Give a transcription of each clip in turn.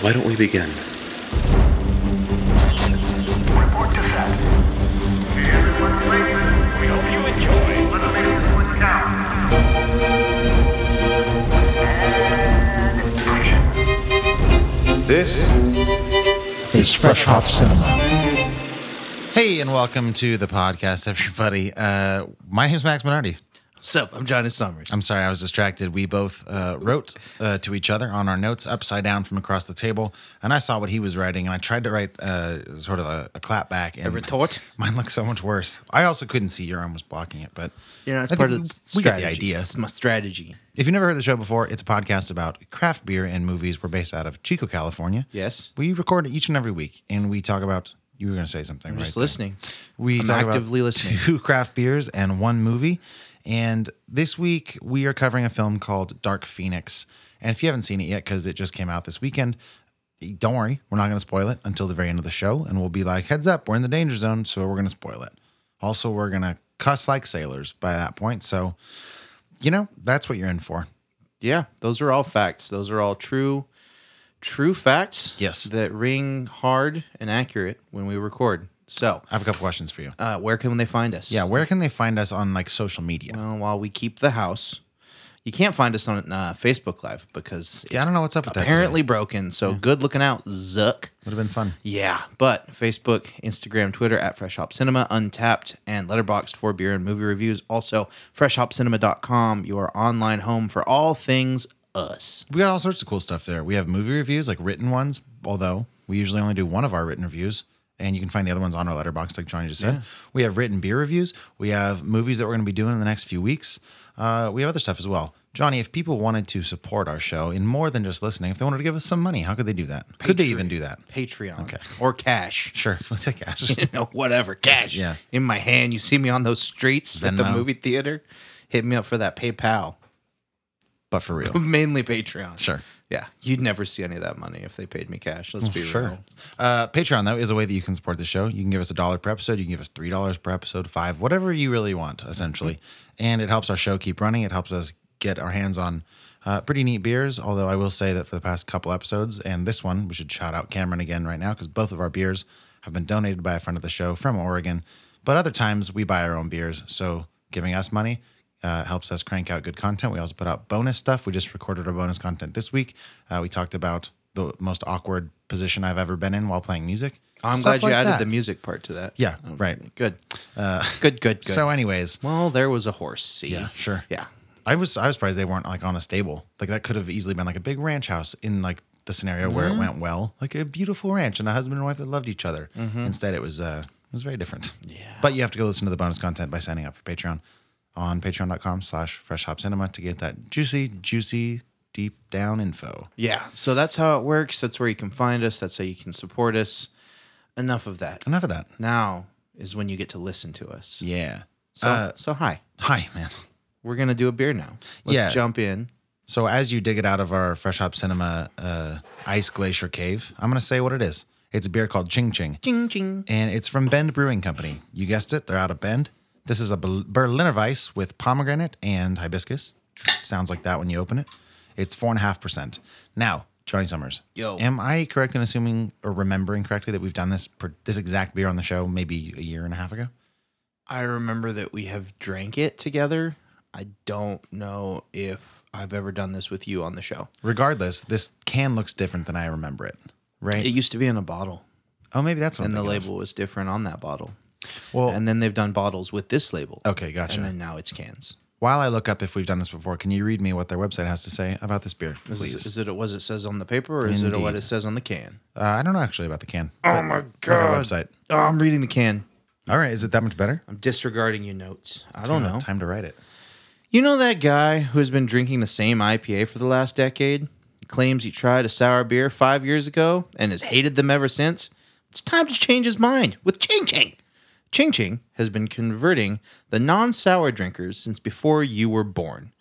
Why don't we begin? Report to set. Hey, everyone, please. We hope you enjoy. Let's make this one count. And action. This It's Fresh Hop Cinema. Hey, and welcome to the podcast, everybody. Uh, my name is Max Minardi. So I'm Johnny Summers. I'm sorry I was distracted. We both uh, wrote uh, to each other on our notes upside down from across the table, and I saw what he was writing, and I tried to write uh, sort of a, a clap back. And a retort? Mine looked so much worse. I also couldn't see your arm was blocking it, but you know, it's I part think of the s- we got the strategy. idea. It's my strategy. If you've never heard the show before, it's a podcast about craft beer and movies. We're based out of Chico, California. Yes. We record each and every week, and we talk about. You were going to say something, right? Just there. listening. We I'm talk about actively listening. Two craft beers and one movie. And this week we are covering a film called Dark Phoenix. And if you haven't seen it yet, because it just came out this weekend, don't worry, we're not going to spoil it until the very end of the show. And we'll be like, heads up, we're in the danger zone, so we're going to spoil it. Also, we're going to cuss like sailors by that point. So, you know, that's what you're in for. Yeah, those are all facts. Those are all true, true facts. Yes. that ring hard and accurate when we record. So, I have a couple questions for you. uh, where can they find us? Yeah, where can they find us on like social media? Well, while we keep the house, you can't find us on uh, Facebook Live because yeah, I don't know what's up with that. today. apparently broken. So good looking out, Zuck. would have been fun. Yeah, but Facebook, Instagram, Twitter at Fresh Hop Cinema, Untapped, and Letterboxd for beer and movie reviews. Also, freshhopcinema.com, your online home for all things us. We got all sorts of cool stuff there. We have movie reviews, like written ones, although we usually only do one of our written reviews. And you can find the other ones on our letterbox, like Johnny just said. We have written beer reviews. We have movies that we're going to be doing in the next few weeks. Uh, we have other stuff as well. Johnny, if people wanted to support our show in more than just listening, if they wanted to give us some money, how could they do that? Could they even do that? Patreon or cash. Sure, we'll take cash. You know, whatever, cash. Yeah. In my hand, you see me on those streets at the Venmo. movie theater. Hit me up for that PayPal, but for real, mainly Patreon. Sure. Yeah, you'd never see any of that money if they paid me cash. Let's be sure. real. Uh, Patreon though is a way that you can support the show. You can give us a dollar per episode. You can give us three dollars per episode, five, whatever you really want, essentially. And it helps our show keep running. It helps us get our hands on uh, pretty neat beers. Although I will say that for the past couple episodes, and this one, we should shout out Cameron again right now because both of our beers have been donated by a friend of the show from Oregon. But other times we buy our own beers, so giving us money uh, helps us crank out good content. We also put out bonus stuff. We just recorded our bonus content this week. Uh, we talked about the most awkward position I've ever been in while playing music. I'm Stuff glad you like added that. the music part to that. Oh, Yeah, right. Uh, Good. good, good, good. So, anyways, Well, there was a horse. See, Yeah, sure. yeah. I was I was surprised they weren't like on a stable. Like that could have easily been like a big ranch house in like the scenario where it went well, like a beautiful ranch and a husband and wife that loved each other. Instead, it was uh it was very different. Yeah. But you have to go listen to the bonus content by signing up for Patreon on patreon.com slash fresh hop cinema to get that juicy, juicy, deep down info. yeah. So that's how it works. That's where you can find us. That's how you can support us. Enough of that. Enough of that. Now is when you get to listen to us. Yeah. So, Uh, so hi. hi, man. We're gonna do a beer now. Let's Yeah. jump in. So as you dig it out of our Fresh Hop Cinema uh, ice glacier cave, I'm gonna say what it is. It's a beer called Ching Ching. Ching ching. and it's from Bend Brewing Company. You guessed it, they're out of Bend. This is a Bel- Berliner Weiss with pomegranate and hibiscus. Sounds like that when you open it. It's four and a half percent. Now, Johnny Summers, Yo. am I correct in assuming or remembering correctly that we've done this per, this exact beer on the show maybe a year and a half ago? I remember that we have drank it together. I don't know if I've ever done this with you on the show. Regardless, this can looks different than I remember it. Right? It used to be in a bottle, oh, maybe that's what. I'm and the thinking of. label was different on that bottle. Well, And then they've done bottles with this label. okay, gotcha. And then now it's cans. While I look up if we've done this before, can you read me what their website has to say about this beer? Is, please? is it what it says on the paper, or is it what Indeed. it says on the can? Uh, I don't know actually about the can. Oh my God. Website. Oh, I'm reading the can. All right, is it that much better? I'm disregarding your notes. I don't know. Time to write it. You know that guy who has been drinking the same IPA for the last decade? He claims he tried a sour beer five years ago and has hated them ever since. It's time to change his mind with Ching Ching. Ching Ching has been converting the non sour drinkers since before you were born.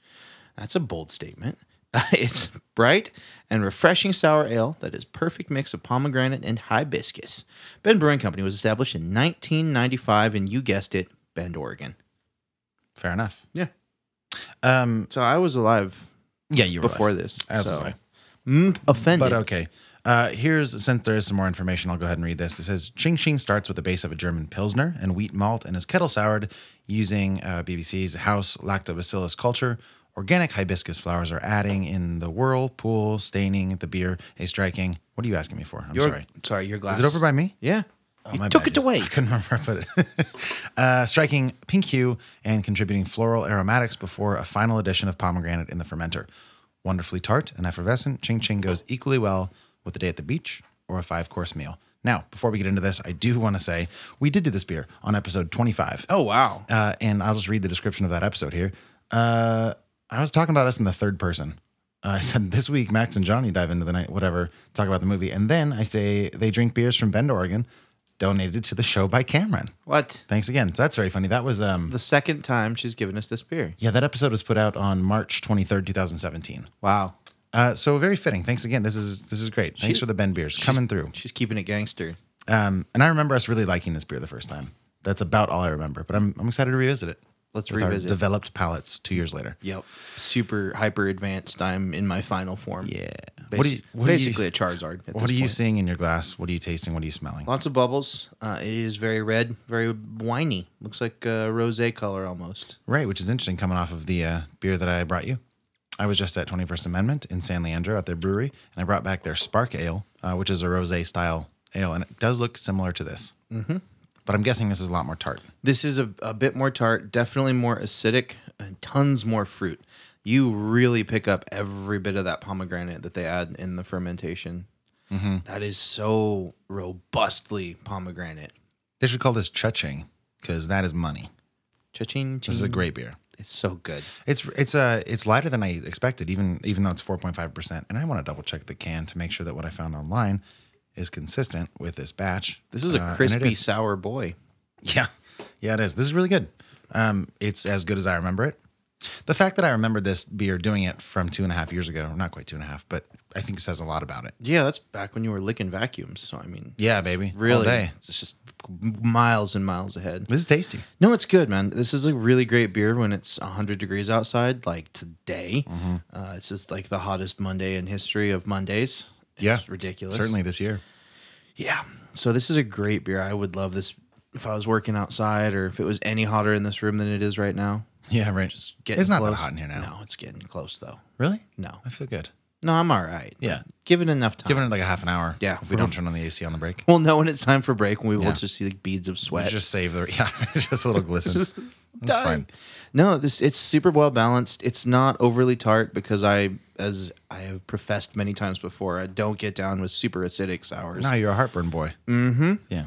That's a bold statement. it's bright and refreshing sour ale that is perfect mix of pomegranate and hibiscus. Bend Brewing Company was established in 1995 and you guessed it, Bend, Oregon. Fair enough. Yeah. Um, So I was alive yeah, you were before right. this. As so. was I. Mm, offended. But okay. Uh, here's since there is some more information, I'll go ahead and read this. It says Ching Ching starts with the base of a German Pilsner and wheat malt, and is kettle soured using uh, BBC's house lactobacillus culture. Organic hibiscus flowers are adding in the whirlpool, staining the beer a striking. What are you asking me for? I'm Your- sorry. Sorry, your glass. Is it over by me? Yeah. Oh, My you took bad, it yeah. away. I couldn't remember where I put it. uh, striking pink hue and contributing floral aromatics before a final addition of pomegranate in the fermenter. Wonderfully tart and effervescent, Ching Ching goes equally well with a day at the beach or a five course meal. Now, before we get into this, I do want to say we did do this beer on episode 25. Oh wow. Uh, and I'll just read the description of that episode here. Uh, I was talking about us in the third person. Uh, I said this week Max and Johnny dive into the night, whatever, talk about the movie, and then I say they drink beers from Bend, Oregon, donated to the show by Cameron. What? Thanks again. So that's very funny. That was um, The second time she's given us this beer. yeah, that episode was put out on March twenty third, two thousand seventeen. Wow. Uh, so very fitting. Thanks again. This is this is great. Thanks for the Ben beers coming through. She's keeping it gangster. Um, and I remember us really liking this beer the first time. That's about all I remember. But I'm I'm excited to revisit it. Let's with our revisit. developed palates two years later. Yep. Super hyper advanced. I'm in my final form. Yeah. What do you- what do you- basically a Charizard. At What this are you point. seeing in your glass? What are you tasting? What are you smelling? Lots of bubbles. Uh, it is very red, very winey. Looks like a rose color almost. Right, which is interesting coming off of the uh, beer that I brought you. I was just at 21st Amendment in San Leandro at their brewery, and I brought back their Spark Ale, uh, which is a rosé style ale, and it does look similar to this. Mm-hmm. But I'm guessing this is a lot more tart. This is a, a bit more tart, definitely more acidic, and tons more fruit. You really pick up every bit of that pomegranate that they add in the fermentation. Mm-hmm. That is so robustly pomegranate. They should call this chuching because that is money. Cha-ching, This is a great beer. It's so good. It's it's uh, it's lighter than I expected, even even though it's 4.5 percent. And I want to double check the can to make sure that what I found online is consistent with this batch. This is a Uh, and it crispy, is. sour boy. Yeah. Yeah, it is. This is really good. Um, it's as good as I remember it. The fact that I remembered this beer doing it from two and a half years ago, not quite two and a half, but I think says a lot about it. Yeah, that's back when you were licking vacuums. So I mean, Yeah, it's baby. All really, day. it's just miles and miles ahead. This is tasty. No, it's good, man. This is a really great beer when it's 100 degrees outside, like today. Mm-hmm. Uh, it's just like the hottest Monday in history of Mondays. It's ridiculous. Certainly this year. Yeah. So this is a great beer. I would love this if I was working outside or if it was any hotter in this room than it is right now. Yeah, right. Getting it's not close. that hot in here now. No, it's getting close though. Really? No. I feel good. No, I'm all right. Yeah. Give it enough time. Giving it like a half an hour. Yeah. Mm. If we don't turn on the AC on the break. we'll know when it's time for break when we Yeah. will just see like beads of sweat. Just save the yeah, just a little glistens. That's Done. fine. No, this it's super well balanced. It's not overly tart because I, as I have professed many times before, I don't get down with super acidic sours Now you're a heartburn boy. Mm-hmm. Yeah.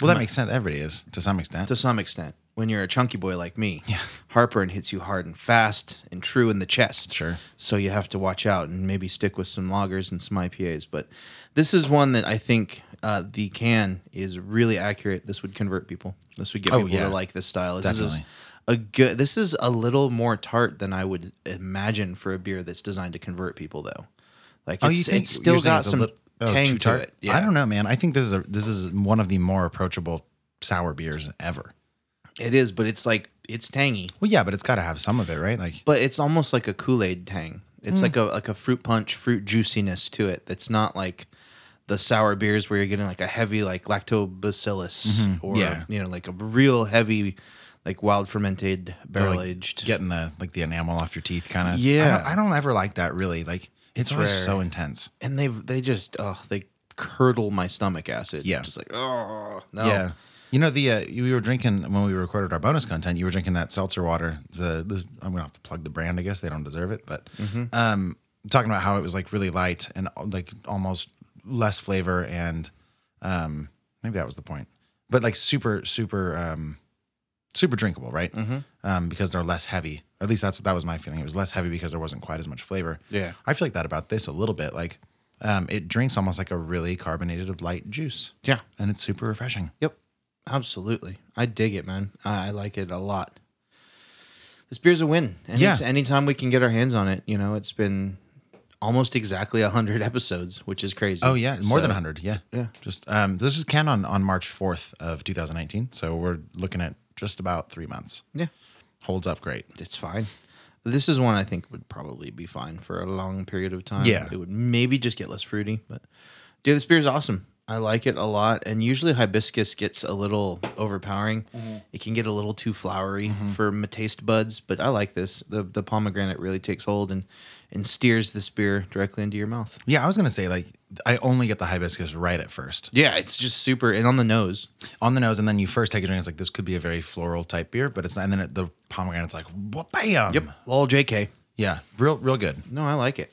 Well, that makes sense. Everybody is to some extent. to some extent. When you're a chunky boy like me, Yeah. heartburn hits you hard and fast and true in the chest. Sure. So you have to watch out and maybe stick with some lagers and some IPAs. But this is one that I think uh, the can is really accurate. This would convert people. This would get Oh, people yeah. to like this style. This is Definitely. a good. This is a little more tart than I would imagine for a beer that's designed to convert people, though. Like it's, it's Oh, Oh, still you're saying got it's a some lit- oh, too tang to tart? it. I don't know, man. I think this is a, this is one of the more approachable sour beers ever. It is, but it's like it's tangy. Well, yeah, but it's got to have some of it, right? Like, but it's almost like a Kool Aid tang. It's Mm. like a like a fruit punch, fruit juiciness to it. That's not like the sour beers where you're getting like a heavy like lactobacillus or Mm-hmm. Yeah. you know like a real heavy like wild fermented they're, barrel like, aged. getting the like the enamel off your teeth, kind of. Yeah. I don't, I don't ever like that really. Like, it's, always rare. so intense. and they they just oh they curdle my stomach acid. Yeah. just like oh no. Yeah. You know the uh, you were drinking when we recorded our bonus content. You were drinking that seltzer water. The, the I'm gonna have to plug the brand. I guess they don't deserve it, but Mm-hmm. um, talking about how it was like really light and uh, like almost less flavor, and um, maybe that was the point. But like super, super, um, super drinkable, right? Mm-hmm. Um, because they're less heavy. At least that's that was my feeling. It was less heavy because there wasn't quite as much flavor. Yeah. I feel like that about this a little bit. Like um, it drinks almost like a really carbonated light juice. Yeah. and it's super refreshing. Yep. Absolutely. I dig it, man. I, I like it a lot. This beer's a win. And Yeah. it's anytime we can get our hands on it, you know, it's been almost exactly 100 episodes, which is crazy. Oh yeah, more than So, 100. Yeah. Yeah. Just um this is canon on March 4th of 2019, so we're looking at just about 3 months. Yeah. Holds up great. It's fine. This is one I think would probably be fine for a long period of time. Yeah. It would maybe just get less fruity, but Dude, this beer is awesome. I like it a lot. And usually hibiscus gets a little overpowering. It can get a little too flowery for my taste buds, but I like this. The the pomegranate really takes hold and and steers this beer directly into your mouth. Yeah, I was gonna say like I only get the hibiscus right at first Yeah, it's just super and on the nose. on the nose, and then you first take a drink. It's like this could be a very floral type beer, but it's not. And then it, the pomegranate's like, wha- bam. Yep. Lol JK. Yeah, real, real good. No, I like it.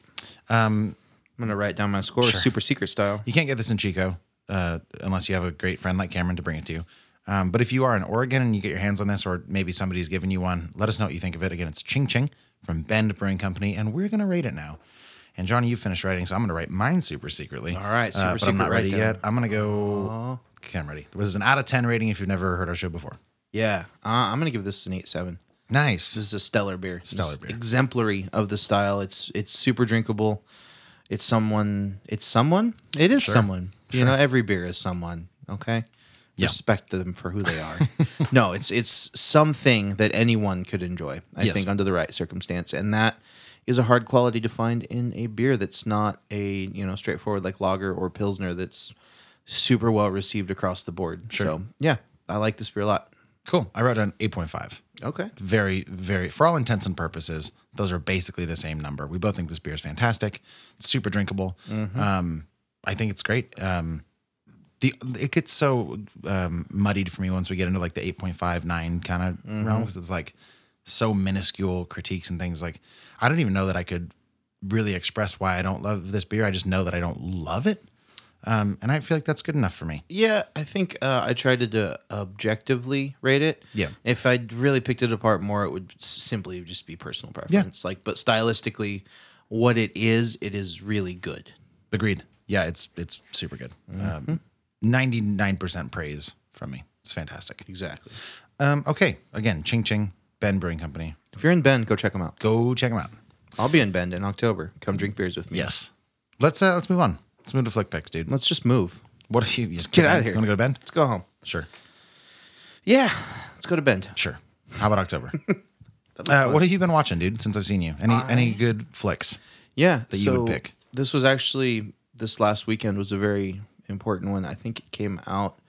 Um I'm gonna write down my score super secret style. You can't get this in Chico uh, unless you have a great friend like Cameron to bring it to you. Um, but if you are in Oregon and you get your hands on this, or maybe somebody's giving you one, let us know what you think of it. Again, it's Ching Ching from Bend Brewing Company, and we're going to rate it now. And Johnny, you finished writing, so I'm going to write mine super secretly. All right, uh, super but I'm not secret ready write-down. yet. I'm going to go. Okay, I'm ready. This is an out of 10 rating if you've never heard our show before. Yeah. Uh, I'm gonna give this an eight seven. Nice. This is a stellar beer. Stellar It's beer. Exemplary of the style. It's it's super drinkable. It's someone. It's someone. It is someone. You know, every beer is someone. Okay. Yeah. Respect them for who they are. no, it's it's something that anyone could enjoy. I Yes. think under the right circumstance, and that is a hard quality to find in a beer that's not a you know straightforward like lager or pilsner that's super well received across the board. So yeah, I like this beer a lot. cool. I wrote an 8.5. Okay. very, very, for all intents and purposes, those are basically the same number. We both think this beer is fantastic. It's super drinkable. Um, I think it's great. Um, the it gets so um, muddied for me once we get into like the 8.59 kind of realm because it's like so minuscule critiques and things. Like, I don't even know that I could really express why I don't love this beer. I just know that I don't love it. Um, and I feel like that's good enough for me. Yeah, I think uh, I tried to do objectively rate it. Yeah. If I really picked it apart more, it would s- simply just be personal preference. Like, but stylistically, what it is, it is really good. Agreed. Yeah, it's it's super good. Ninety nine percent praise from me. It's fantastic. Exactly. Um, okay, again, Ching Ching Ben Brewing Company. If you're in Bend, go check them out. Go check them out. I'll be in Bend in October. Come drink beers with me. Yes. Let's uh, let's move on. Let's move to flick picks, dude. Letch just move. What are you? you get outta here. Want to go to Ben? Let's go home. Sure. Yeah. Let's go to Bend. Sure. How about October? uh, what have you been watching, dude? Since I've seen you, any any good flicks? Yeah. that you would pick? This was actually this last weekend was a very important one. I think it came out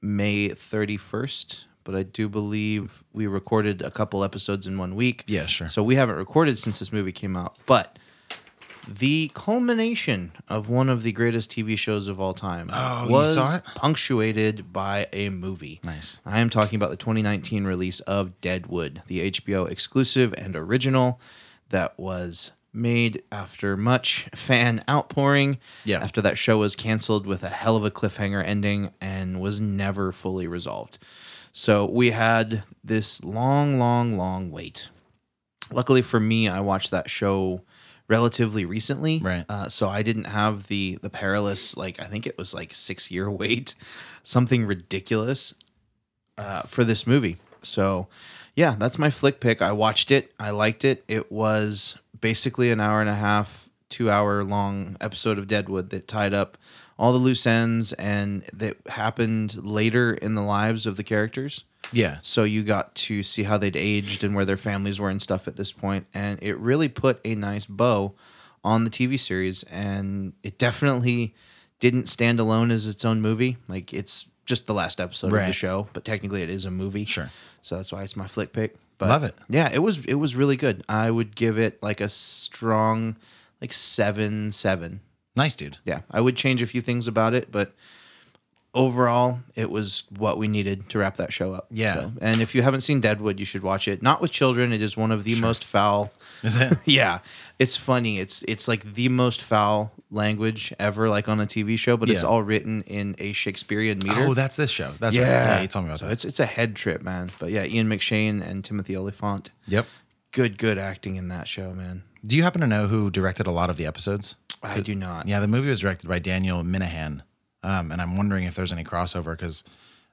May 31st, but I do believe we recorded a couple episodes in one week. Yeah, sure. So we haven't recorded since this movie came out, but the culmination of one of the greatest TV shows of all time Oh, you was saw it? punctuated by a movie. Nice. I am talking about the 2019 release of Deadwood, the HBO exclusive and original that was made after much fan outpouring. Yeah. After that show was canceled with a hell of a cliffhanger ending and was never fully resolved. So we had this long, long, long wait. Luckily for me, I watched that show relatively recently. Right. Uh, so I didn't have the the perilous like I think it was like six year wait, something ridiculous uh, for this movie. So, yeah, that's my flick pick. I watched it. I liked it. It was basically an hour and a half, two hour long episode of Deadwood that tied up all the loose ends and that happened later in the lives of the characters. Yeah. So you got to see how they'd aged and where their families were and stuff at this point, and it really put a nice bow on the TV series, and it definitely didn't stand alone as its own movie. Like it's just the last episode of the Right. show, but technically it is a movie. Sure. So that's why it's my flick pick. But Love it. Yeah, it was it was really good. I would give it like a strong like seven seven Nice, dude. yeah, I would change a few things about it, but overall, it was what we needed to wrap that show up. Yeah. and if you haven't seen Deadwood, you should watch it. Not with children; it is one of the most foul. Is it? Yeah, it's funny. It's it's like the most foul language ever, like on a TV show, but it's Yeah. all written in a Shakespearean meter. oh, that's this show. That's yeah. right. yeah. You told me about so that. It's it's a head trip, man. But yeah, Ian McShane and Timothy Oliphant, Yep. good good acting in that show, man. Do you happen to know who directed a lot of the episodes? I do not. Yeah, the movie was directed by Daniel Minahan, um, and I'm wondering if there's any crossover because,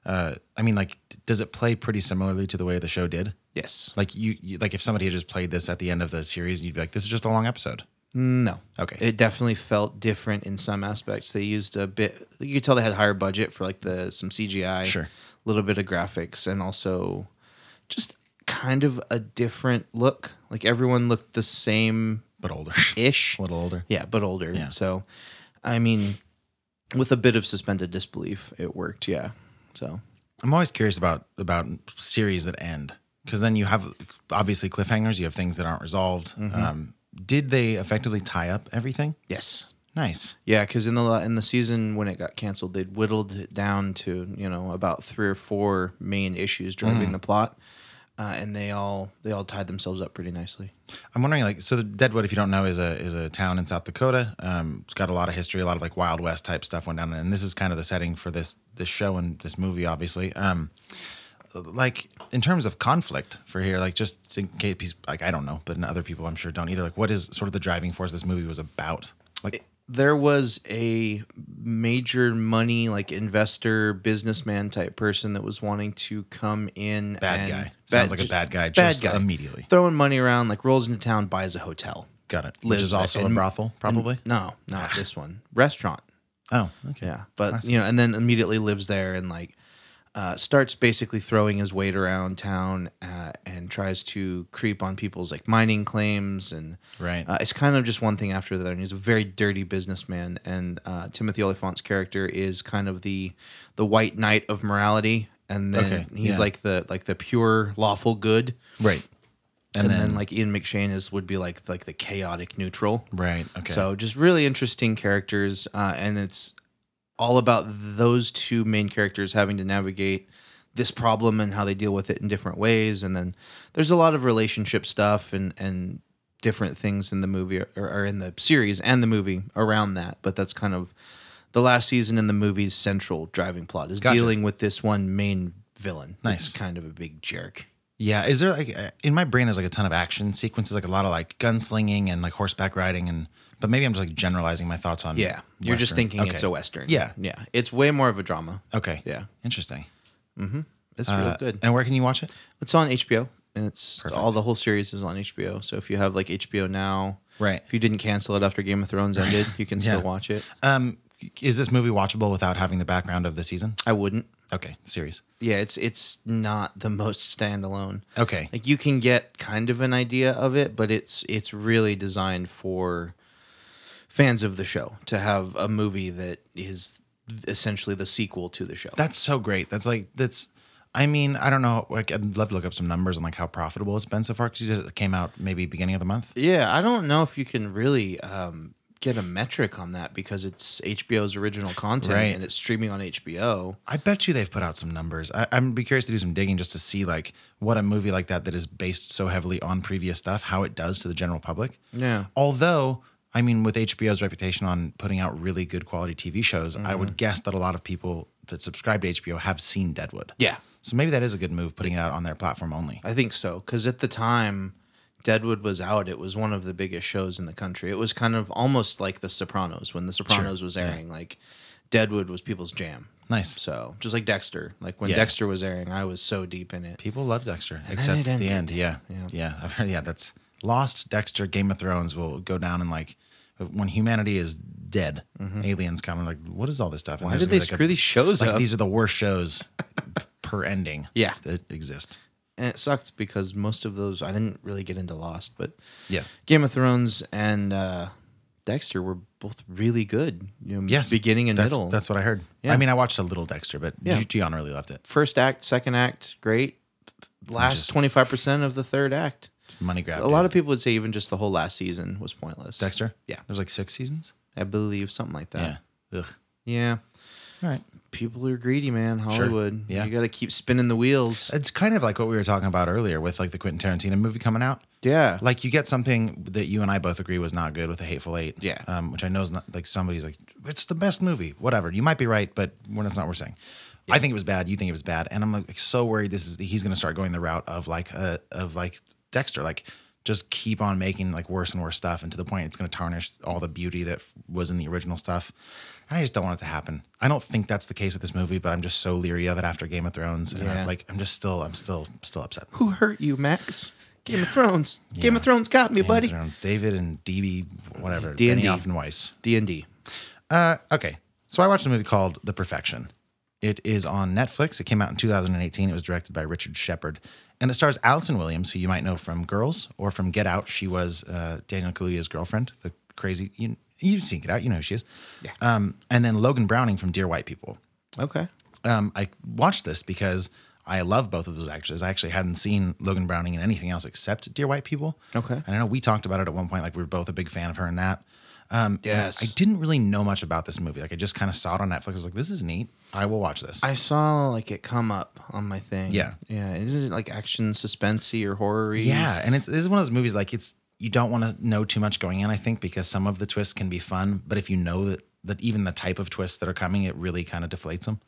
uh, I mean, like, d- does it play pretty similarly to the way the show did? Yes. Like, you, you like if somebody had just played this at the end of the series, you'd be like, this is just a long episode. No. Okay. It definitely felt different in some aspects. They used a bit. You could tell they had higher budget for like the some CGI, Sure. little bit of graphics, and also just kind of a different look. Like everyone looked the same But older, ish. a little older. Yeah, but older. So, I mean, with a bit of suspended disbelief, it worked. Yeah. So I'm always curious about about series that end because then you have obviously cliffhangers. You have things that aren't resolved. Um, did they effectively tie up everything? yes, Nice. yeah, because in the la- in the season when it got canceled, they'd whittled it down to you know about three or four main issues driving Mm-hmm. the plot, uh, and they all they all tied themselves up pretty nicely. I'm wondering, like, so Deadwood, if you don't know, is a is a town in South Dakota. Um, it's got a lot of history, a lot of like Wild West type stuff went down, and this is kind of the setting for this this show and this movie, obviously. Um, like in terms of conflict for here, like just in case, he's- like I don't know, but other people I'm sure don't either. Like, what is sort of the driving force this movie was about? Like, there was a major money like investor businessman type person that was wanting to come in Bad and guy. Sounds like a bad guy just immediately. throwing money around like rolls into town buys a hotel got it. Lives Which is there. also a And- brothel, probably. no not this one restaurant oh, okay. yeah but you know and then immediately lives there and like uh, starts basically throwing his weight around town uh, and tries to creep on people's like mining claims and Right. uh, it's kind of just one thing after the other and he's a very dirty businessman and uh, timothy oliphant's character is kind of the the white knight of morality and then Okay, he's yeah. like the like the pure lawful good Right. and, then, like ian mcshane is would be like like the chaotic neutral Right. Okay. so just really interesting characters, uh, and it's all about those two main characters having to navigate this problem and how they deal with it in different ways. And then there's a lot of relationship stuff and and different things in the movie or, or in the series and the movie around that. But that's kind of the last season in the movie's central driving plot is Gotcha. dealing with this one main villain. Nice. that's kind of a big jerk. Yeah, is there like uh, in my brain there's like a ton of action sequences, like a lot of like gunslinging and like horseback riding, and but maybe I'm just like generalizing my thoughts on. Yeah, you're just Western. thinking Okay. it's a western. Yeah. yeah, it's way more of a drama. Okay. Yeah. Interesting. It's Uh, real good. And where can you watch it? It's on HBO, and it's Perfect. all the whole series is on HBO. So if you have like HBO now, Right. If you didn't cancel it after Game of Thrones ended, you can still Yeah. watch it. Um, is this movie watchable without having the background of the season? I wouldn't. Okay, series. Yeah, it's it's not the most standalone. Okay. Like you can get kind of an idea of it, but it's it's really designed for fans of the show to have a movie that is essentially the sequel to the show. That's so great. That's like that's. I mean, I don't know. Like, I'd love to look up some numbers on like how profitable it's been so far because it came out maybe beginning of the month. Yeah, I don't know if you can really um, get a metric on that because it's HBO's original content Right. and it's streaming on HBO. I bet you they've put out some numbers. I, I'm be curious to do some digging just to see like what a movie like that that is based so heavily on previous stuff, how it does to the general public. Yeah. Although, I mean, with HBO's reputation on putting out really good quality TV shows, I Mm-hmm. would guess that a lot of people that subscribe to HBO have seen Deadwood. Yeah, So maybe that is a good move putting it out on their platform only. I think so. Because at the time Deadwood was out, it was one of the biggest shows in the country. It was kind of almost like The Sopranos when The Sopranos was airing. Like Deadwood was people's jam. Nice. So just like Dexter, like when Yeah. Dexter was airing, I was so deep in it. People love Dexter, except it at the ended. end. Yeah. Yeah. Yeah. I've heard, yeah. That's Lost, Dexter, Game of Thrones will go down in like when humanity is dead, aliens come and like, what is all this stuff? Mm-hmm. Why did they screw these shows Like, up? these are the worst shows per ending Yeah. that exist. and it sucked because most of those I didn't really get into Lost, but Yeah. Game of Thrones and uh, Dexter were both really good. You know, Yes. beginning and that's, middle. That's what I heard. Yeah. I mean, I watched a little Dexter, but Yeah. G- Gian really loved it. first act, second act, great. Last Just- twenty five percent of the third act. Money grab. A lot of people would say even just the whole last season was pointless. Dexter? Yeah. There's like six seasons? I believe something like that. yeah. Ugh. Yeah. All right. People are greedy, man. Hollywood. Yeah. Uh, You got to keep spinning the wheels. It's kind of like what we were talking about earlier with like the Quentin Tarantino movie coming out. yeah. Like you get something that you and I both agree was not good with a Hateful Eight. Yeah. Um, which I know is not like somebody's like, it's the best movie. Whatever. You might be right, but when it's not, we're saying. I think it was bad. You think it was bad, and I'm like so worried. This is he's going to start going the route of like uh, of like Dexter, like just keep on making like worse and worse stuff, and to the point it's going to tarnish all the beauty that f- was in the original stuff. And I just don't want it to happen. I don't think that's the case with this movie, but I'm just so leery of it after Game of Thrones. And Yeah. I'm like I'm just still I'm still still upset. Who hurt you, Max? Game of Thrones. Game of Thrones got me, Game of buddy. Thrones, David and DB, whatever. D&D. Benioff and Weiss. D and D. Uh, okay. So I watched a movie called The Perfection. It is on Netflix. It came out in 2018. It was directed by Richard Shepard. And it stars Allison Williams, who you might know from Girls or from Get Out. She was uh, Daniel Kaluuya's girlfriend, the crazy. You, you've seen Get Out. You know who she is. Yeah. Um, and then Logan Browning from Dear White People. Okay. Um, I watched this because I love both of those actors. I actually hadn't seen Logan Browning in anything else except Dear White People. Okay. And I know we talked about it at one point. Like we were both a big fan of her in that. Um, and Yes. I didn't really know much about this movie. Like I just kind of saw it on Netflix. I was like, this is neat. I will watch this. I saw like it come up on my thing. Yeah. Yeah. Isn't it like action suspensey or horror Yeah, and it's this is one of those movies like it's you don't want to know too much going in, I think, because some of the twists can be fun, but if you know that that even the type of twists that are coming, it really kind of deflates them.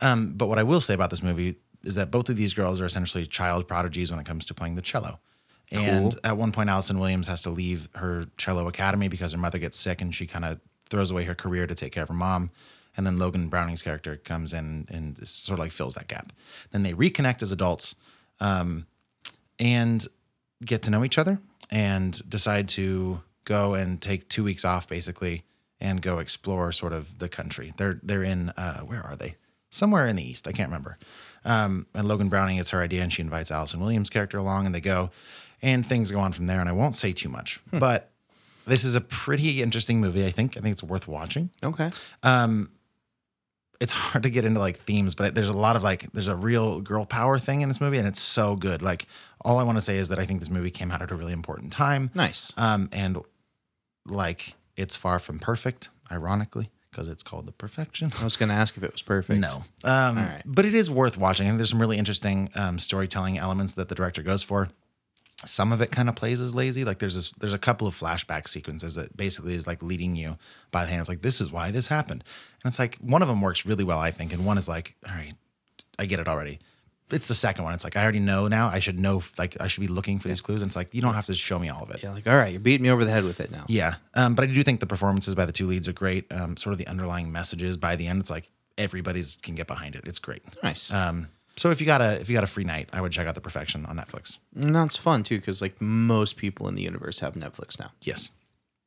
Um, but what I will say about this movie is that both of these girls are essentially child prodigies when it comes to playing the cello. And at one point, Allison Williams has to leave her cello academy because her mother gets sick, and she kind of throws away her career to take care of her mom. And then Logan Browning's character comes in and is- sort of like fills that gap. Then they reconnect as adults um, and get to know each other and decide to go and take two weeks off basically and go explore sort of the country. They're they're in uh, where are they? Somewhere in the east. I can't remember. Um, and Logan Browning, it's her idea, and she invites Allison Williams' character along, and they go, and things go on from there. And I won't say too much, but this is a pretty interesting movie. I think I think it's worth watching Okay. Um, it's hard to get into like themes, but there's a lot of like there's a real girl power thing in this movie, and it's so good. Like all I want to say is that I think this movie came out at a really important time. Nice. Um, and like it's far from perfect, ironically, because it's called the perfection. I was gonna ask if it was perfect. No, um, All right. but it is worth watching, and there's some really interesting um, storytelling elements that the director goes for. Some of it kind of plays as lazy. Like there's this, there's a couple of flashback sequences that basically is like leading you by the hand. It's like this is why this happened, and it's like one of them works really well, I think, and one is like, all right, I get it already. It's the second one. It's like I already know now. I should know. Like I should be looking for these clues. And it's like you don't have to show me all of it. Yeah, like all right, you're beating me over the head with it now. Yeah. Um, but I do think the performances by the two leads are great. Um, sort of the underlying messages by the end, it's like everybody's can get behind it. It's great. Nice. Um, so if you got a if you got a free night, I would check out The Perfection on Netflix. and that's fun too, because like most people in the universe have Netflix now. Yes.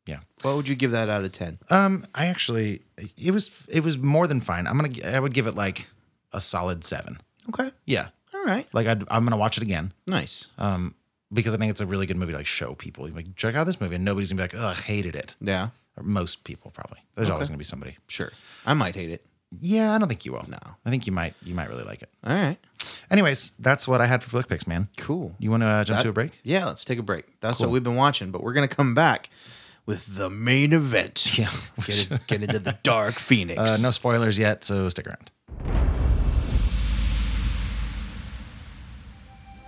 Yeah. What would you give that out of ten? Um, I actually it was it was more than fine. I'm gonna gi- I would give it like a solid seven. Okay. Yeah. All right. Like I'd, I'm gonna watch it again um, Nice. Uh, because I think it's a really good movie to like show people. Like check out this movie, and nobody's gonna be like, ugh, hated it. yeah. Or most people probably. There's always gonna be somebody. Sure. I might hate it. Yeah, I don't think you will. No. I think you might you might really like it. All right. Anyways, that's what I had for flick picks, man. Cool. You want to uh, jump to a break? Yeah, let's take a break. That's what we've been watching, but we're gonna come back with the main event. Yeah. Get, it, get into the Dark Phoenix. Uh, no spoilers yet, so stick around.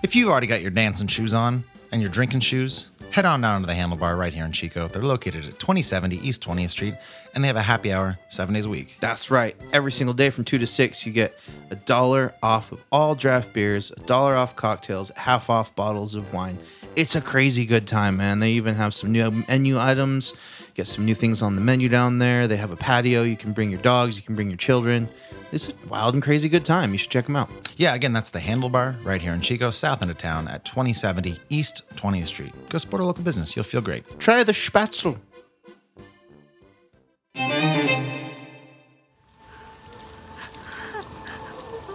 If you've already got your dancing shoes on and your drinking shoes, head on down to the Handlebar right here in Chico. They're located at 2070 East 20th Street, and they have a happy hour seven days a week. That's right. Every single day from 2 to 6, you get a dollar off of all draft beers, a dollar off cocktails, half off bottles of wine. It's a crazy good time, man. They even have some new menu items, get some new things on the menu down there. They have a patio. You can bring your dogs, you can bring your children. It's a wild and crazy good time. You should check them out. Yeah, again, that's the Handlebar right here in Chico, south end of town at 2070 East 20th Street. Go support a local business. You'll feel great. Try the Spatzel.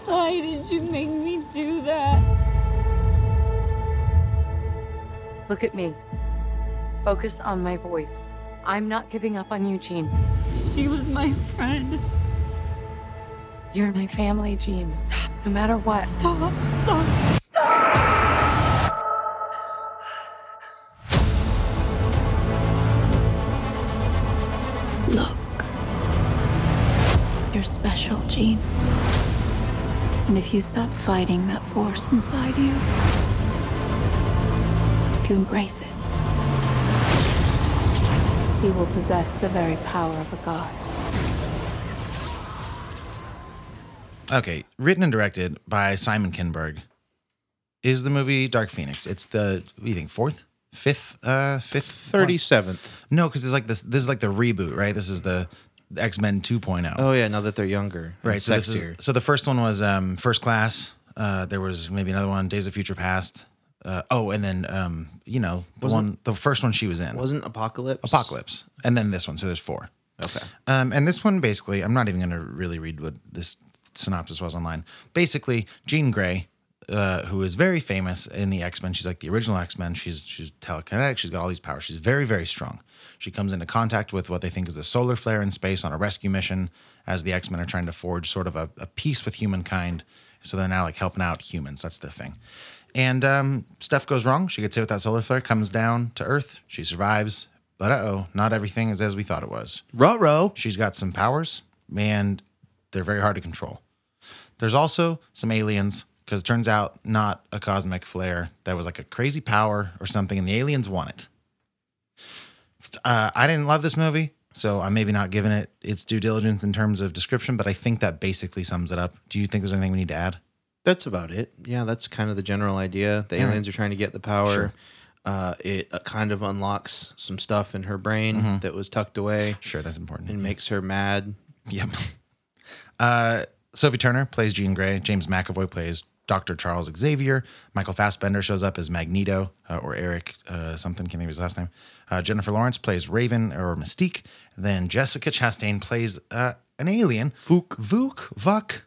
Why did you make me do that? Look at me. Focus on my voice. I'm not giving up on you, Gene. She was my friend. You're my family, Gene. Stop. No matter what. Stop, stop. Look. You're special, Jean. And if you stop fighting that force inside you, if you embrace it, you will possess the very power of a god. Okay, written and directed by Simon Kinberg is the movie Dark Phoenix. It's the what do you think fourth, fifth, uh, fifth, one? 37th. No, because it's like this. This is like the reboot, right? This is the X Men 2.0. Oh, yeah, now that they're younger. and right. So this is, sexier. so the first one was um, First Class. Uh, there was maybe another one, Days of Future Past. Uh, oh, and then um, you know the one, the first one she was in, Wasn't Apocalypse? Apocalypse, and then this one. So there's four. Okay. Um, and this one basically, I'm not even going to really read what this synopsis was online. Basically, Jean Grey uh, who is very famous in the X Men. She's like the original X Men. She's she's telekinetic. She's got all these powers. She's very very strong. She comes into contact with what they think is a solar flare in space on a rescue mission as the X Men are trying to forge sort of a, a peace with humankind. So they're now like helping out humans. That's the thing. And um, stuff goes wrong. She gets hit with that solar flare, comes down to Earth. She survives. But uh oh, not everything is as we thought it was. Ruh-roh. She's got some powers, and they're very hard to control. There's also some aliens because it turns out not a cosmic flare. That was like a crazy power or something, and the aliens want it. Uh, I didn't love this movie, so I'm maybe not giving it its due diligence in terms of description, but I think that basically sums it up. Do you think there's anything we need to add? That's about it. Yeah, that's kind of the general idea. The aliens are trying to get the power. Uh, it uh, kind of unlocks some stuff in her brain that was tucked away Mm-hmm. Sure, that's important. and makes her mad. Yep. Uh, Sophie Turner plays Jean Grey. James McAvoy plays Dr. Charles Xavier. Michael Fassbender shows up as Magneto uh, or Eric uh, something. Can't think of his last name. Uh, Jennifer Lawrence plays Raven or Mystique. Then Jessica Chastain plays uh, an alien. Vuk. Vuk. Vuk.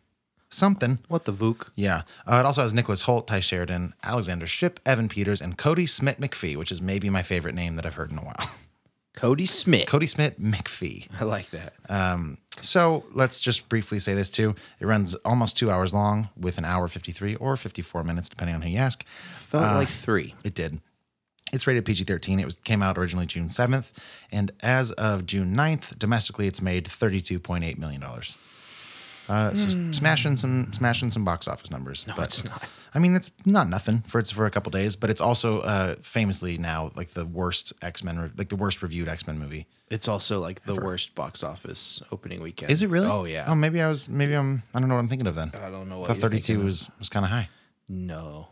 Something. What the vook? Yeah. Uh, it also has Nicholas Holt, Ty Sheridan, Alexander Ship, Evan Peters, and Cody Smith McPhee, which is maybe my favorite name that I've heard in a while. Cody Smith. Cody Smith McPhee. I like that. So let's just briefly say this too. It runs almost two hours long, with an hour 53 or 54 minutes, depending on who you ask. Felt like three. It did. It's rated PG 13. It was came out originally June 7th. And as of June 9th, domestically, it's made $32.8 million. Uh, So smashing some smashing some box office numbers. No, but, Hmm. it's not. I mean, it's not nothing for it's for a couple days, but it's also uh, famously now like the worst X Men, re- like the worst reviewed X Men movie. It's also like the worst box office opening weekend. Is it really? Oh yeah. Oh, maybe I was. Maybe I'm. I don't know what I'm thinking of then. I don't know what Thought you're 32 thinking of. was was kind of high. no.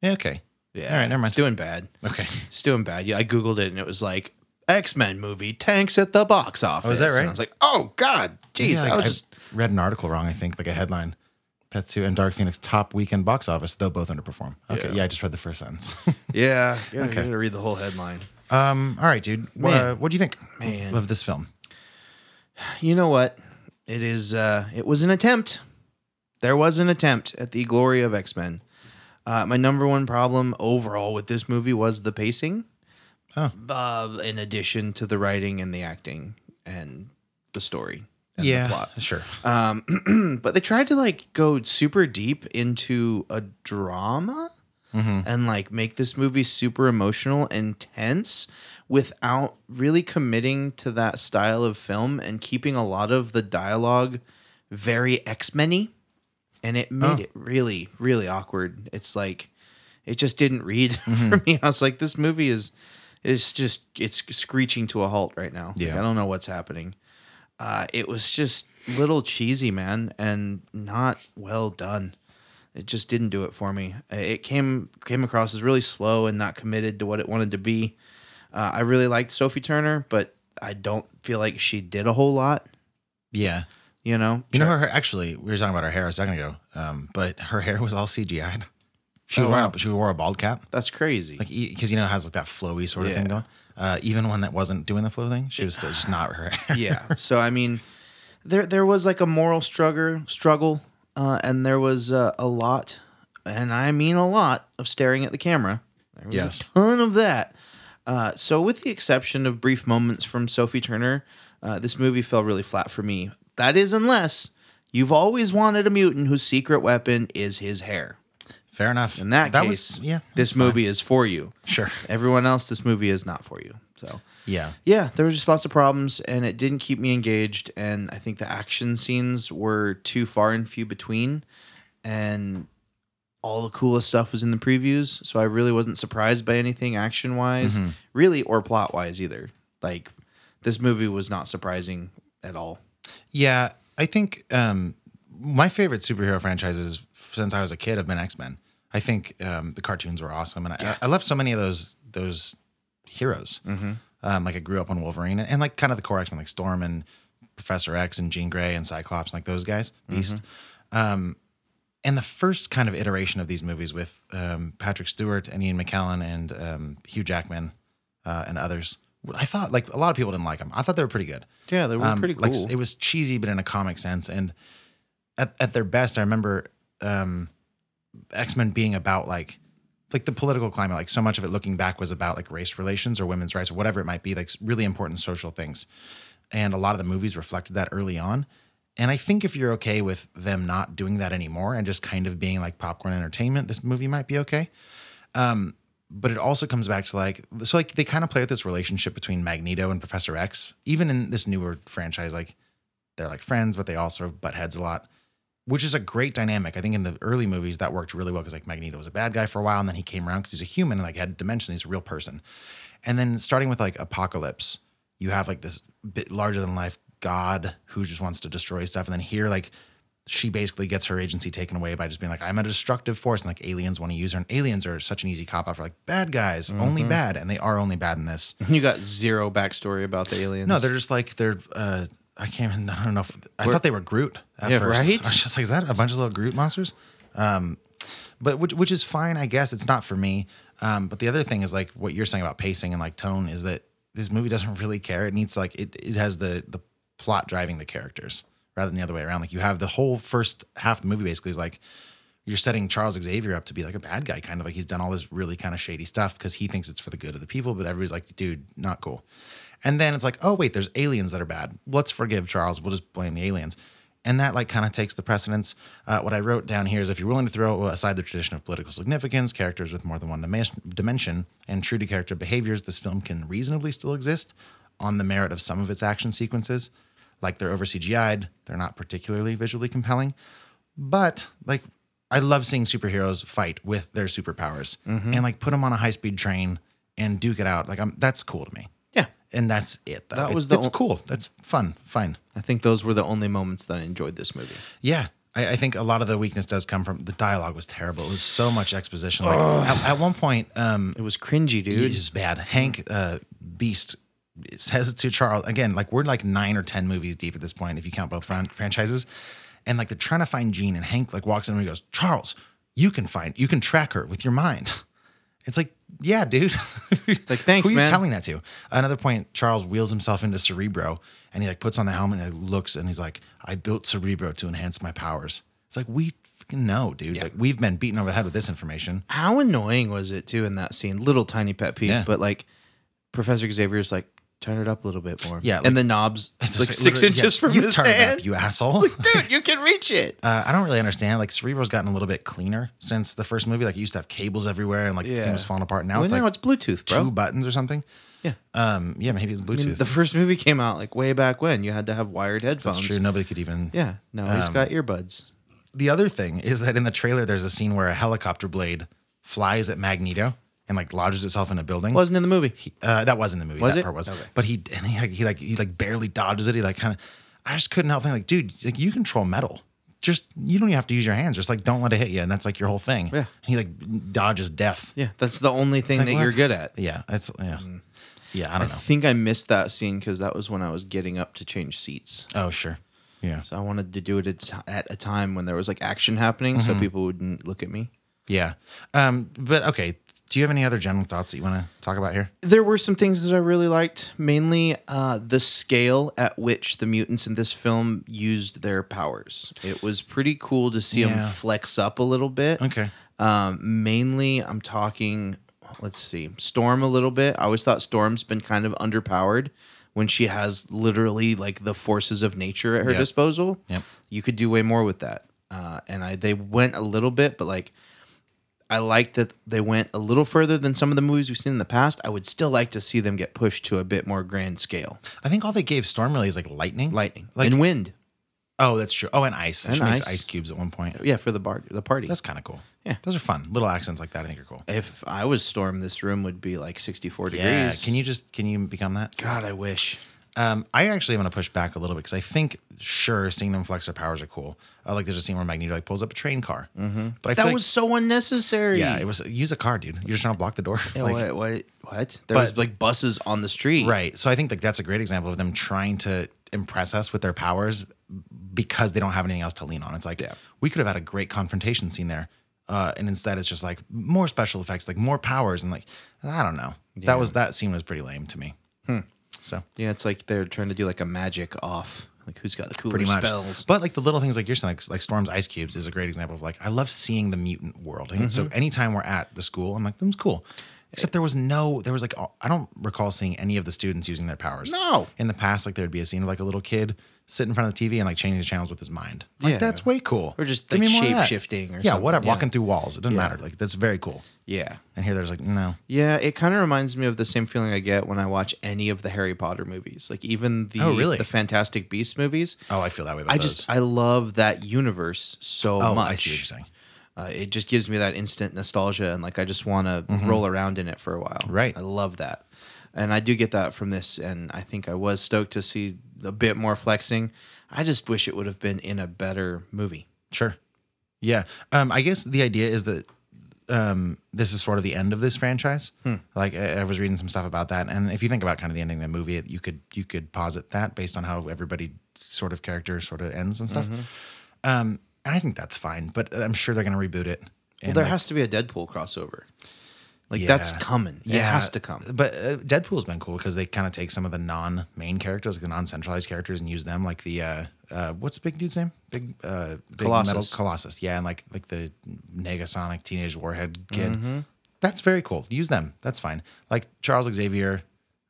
Yeah. Okay. Yeah. All right. Never It's mind. doing bad. Okay. It's doing bad. Yeah, I googled it and it was like X Men movie tanks at the box office. that And right? I was like, oh god, jeez. Yeah, I like, was I just read an article wrong. I think like a headline. Pets 2 and Dark Phoenix top weekend box office, though both underperform. Okay. Yeah. Yeah. I just read the first sentence. yeah. yeah Okay. You gotta read the whole headline. um. All right, dude. Wha- Man. uh, what do you think Man. of this film? You know what? It is. Uh, it was an attempt. There was an attempt at the glory of X Men. Uh, my number one problem overall with this movie was the pacing. Oh. Uh, in addition to the writing and the acting and the story and the plot. Sure. Um, but they tried to like go super deep into a drama and like make this movie super emotional and tense without really committing to that style of film and keeping a lot of the dialogue very X Men and it made it really really awkward it's like it just didn't read for me i was like this movie is is just it's screeching to a halt right now Like, Yeah. i don't know what's happening uh it was just little cheesy man and not well done it just didn't do it for me it came came across as really slow and not committed to what it wanted to be uh, i really liked sophie turner but i don't feel like she did a whole lot Yeah. you know You know her, her- Actually, we were talking about her hair a second ago. Um. But her hair was all CGI'd. She Oh, wore wow. a, she wore a bald cap. that's crazy like because you know it has like that flowy sort of thing Yeah. going. Uh, even when that wasn't doing the flow thing, she was still just not her. hair. yeah. So I mean, there there was like a moral struggle, struggle, uh, and there was uh, a lot, and I mean a lot of staring at the camera. There was Yes. a ton of that. Uh, so with the exception of brief moments from Sophie Turner, uh, this movie fell really flat for me. That is unless you've always wanted a mutant whose secret weapon is his hair. Fair enough. In that, case, was yeah. this movie is for you. Sure. Everyone else, this movie is not for you. So Yeah. yeah, there was just lots of problems, and it didn't keep me engaged. And I think the action scenes were too far and few between, and all the coolest stuff was in the previews. So I really wasn't surprised by anything action wise, really, or plot wise either. Like this movie was not surprising at all. Yeah, I think um, my favorite superhero franchises since I was a kid have been X Men. I think um, the cartoons were awesome, and I, I love so many of those those heroes. Um, like I grew up on Wolverine and, and like kind of the core X Men, like Storm and Professor X and Jean Grey and Cyclops, like those guys, Beast. Um, and the first kind of iteration of these movies with um, Patrick Stewart and Ian McKellen and um, Hugh Jackman uh, and others, I thought like a lot of people didn't like them. I thought they were pretty good. Yeah, they were Um, pretty Like cool. it was cheesy, but in a comic sense. And at, at their best, I remember um, X Men being about like like the political climate, like so much of it looking back was about like race relations or women's rights or whatever it might be, like really important social things. And a lot of the movies reflected that early on. And I think if you're okay with them not doing that anymore and just kind of being like popcorn entertainment, this movie might be okay. Um, but it also comes back to like so like they kind of play with this relationship between Magneto and Professor X, even in this newer franchise, like they're like friends, but they also butt heads a lot which is a great dynamic. I think in the early movies that worked really well because like Magneto was a bad guy for a while, and then he came around because he's a human and like had dimension. He's a real person. And then starting with like Apocalypse, you have like this bit larger than life god who just wants to destroy stuff. And then here, like she basically gets her agency taken away by just being like, I'm a destructive force, and like aliens want to use her. And aliens are such an easy cop out for like bad guys, only bad, and they are only bad in this. You got zero backstory about the aliens. No, they're just like they're. uh I can't even. I don't know. If, I thought they were Groot at Yeah, first. right? I was just like, is that a bunch of little Groot monsters? Um, but which which is fine, I guess. It's not for me. Um, but the other thing is like what you're saying about pacing and like tone is that this movie doesn't really care. It needs like it it has the the plot driving the characters rather than the other way around. Like you have the whole first half of the movie basically is like you're setting Charles Xavier up to be like a bad guy, kind of like he's done all this really kind of shady stuff because he thinks it's for the good of the people, but everybody's like, dude, not cool. And then it's like, oh, wait, there's aliens that are bad. Let's forgive Charles. We'll just blame the aliens. And that like kind of takes the precedence. Uh, what I wrote down here is if you're willing to throw aside the tradition of political significance, characters with more than one dimen- dimension, and true to character behaviors, this film can reasonably still exist on the merit of some of its action sequences. Like they're over CGI'd, they're not particularly visually compelling, but like I love seeing superheroes fight with their superpowers Mm-hmm. and like put them on a high speed train and duke it out. Like I'm that's cool to me. Yeah. And that's it. Though. That It's- was the it's o- cool. That's fun. Fine. I think those were the only moments that I enjoyed this movie. Yeah. I, I think a lot of the weakness does come from the dialogue was terrible. It was so much exposition. Like at, at one point, um, It was cringy, dude. it was bad. Hank uh, Beast says to Charles again, like we're like nine or ten movies deep at this point if you count both fran- franchises, and like they're trying to find Jean, and Hank like walks in and he goes, Charles, you can find, you can track her with your mind. It's like, yeah, dude. Like, thanks, Who are man. you telling that to? Another point, Charles wheels himself into Cerebro and he like puts on the helmet and he looks and he's like, I built Cerebro to enhance my powers. It's like, we fucking know, dude. Like, we've been beaten over the head with this information. How annoying was it too in that scene? Little tiny pet peeve, Yeah. but like Professor Xavier's like, turn it up a little bit more. Yeah, like- and the knobs It's it's just like six literally, inches yes, from you his turn it up, hand. you asshole. dude, you can reach it. uh, I don't really understand. Like Cerebro's gotten a little bit cleaner since the first movie. Like you used to have cables everywhere and like Yeah. things falling apart. Now Well, it's now like it's Bluetooth, bro. two buttons or something. Yeah. Um. Yeah. Maybe it's Bluetooth. I mean, the first movie came out like way back when. You had to have wired headphones. That's true. Um, Nobody could even. Yeah. No, he's got earbuds. The other thing is that in the trailer, there's a scene where a helicopter blade flies at Magneto and like lodges itself in a building. Wasn't in the movie. uh, that was in the movie. Was that it? part was. But he and he like he like he like barely dodges it. He like kind of. I just couldn't help thinking like, dude, like you control metal. Just you don't even have to use your hands. Just like don't let it hit you, and that's like your whole thing. Yeah. He like dodges death. yeah, that's the only thing that Like, you're what? good at. Mm. Yeah, it's yeah, yeah. I don't I know. think I missed that scene because that was when I was getting up to change seats. Oh sure, yeah, So I wanted to do it at, at a time when there was like action happening, Mm-hmm. so people wouldn't look at me. yeah. Um, but okay. Do you have any other general thoughts that you want to talk about here? There were some things that I really liked, mainly uh, the scale at which the mutants in this film used their powers. It was pretty cool to see them Yeah. flex up a little bit. Okay. Um, mainly, I'm talking. Let's see, Storm a little bit. I always thought Storm's been kind of underpowered when she has literally like the forces of nature at her Yep. disposal. Yep. you could do way more with that. Uh, and I they went a little bit, but like I like that they went a little further than some of the movies we've seen in the past. I would still like to see them get pushed to a bit more grand scale, I think all they gave Storm really is like lightning. lightning Like and wind. oh, that's true. Oh, and ice. And she makes ice. ice cubes at one point. Yeah, for the bar, the party. That's kind of cool. Yeah. Those are fun. Little accents like that I think are cool. if I was Storm, this room would be like Yeah. 64 degrees. Can you just can you become that? God, I wish. Um, I actually want to push back a little bit because I think sure seeing them flex their powers are cool. Uh, like there's a scene where Magneto like pulls up a train car, mm-hmm. but I That feel was like, so unnecessary. yeah, it was use a car, dude. You're just trying to block the door. Yeah, Like, what, what? What? There but- was like buses on the street. Right. So I think like that's a great example of them trying to impress us with their powers because they don't have anything else to lean on. It's like Yeah. we could have had a great confrontation scene there. Uh, and instead it's just like more special effects, like more powers and like I don't know. That was that scene was pretty lame to me. So Yeah, it's like they're trying to do like a magic off. Like who's got the cooler pretty much. spells? But like the little things, like you're saying, like, like Storm's ice cubes is a great example of like I love seeing the mutant world. And Mm-hmm. so anytime we're at the school, I'm like, them's cool. Except there was no, there was like all- I don't recall seeing any of the students using their powers. No. in the past, like there'd be a scene of like a little kid sitting in front of the TV and like changing the channels with his mind. Like Yeah. that's way cool. Or just, Give like, me more of that. shape-shifting or yeah, something, whatever. yeah. Walking through walls, it doesn't matter. Like that's very cool. yeah, And here there's like no, yeah. It kind of reminds me of the same feeling I get when I watch any of the Harry Potter movies, like even the Oh, really? the Fantastic Beasts movies. oh I feel that way. About I those. just I love that universe so oh much. I see what you're saying. Uh, it just gives me that instant nostalgia and like I just want to roll around in it for a while. Mm-hmm. Right. I love that. And I do get that from this and I think I was stoked to see a bit more flexing. I just wish it would have been in a better movie. Sure. Yeah. Um, I guess the idea is that um, this is sort of the end of this franchise. Hmm. Like I, I was reading some stuff about that, and if you think about kind of the ending of the movie, you could you could posit that based on how everybody sort of character sort of ends and stuff. Mm-hmm. Um, and I think that's fine, but I'm sure they're going to reboot it. Well, And, there like, has to be a Deadpool crossover. Like that's Yeah. coming. It Yeah. has to come. But uh, Deadpool's been cool because they kind of take some of the non-main characters, like the non-centralized characters, and use them. Like the uh, uh, what's the big dude's name? Big, uh, big metal Colossus. Colossus. Yeah, and like like the Negasonic teenage warhead kid. Mm-hmm. That's very cool. Use them. That's fine. Like Charles Xavier.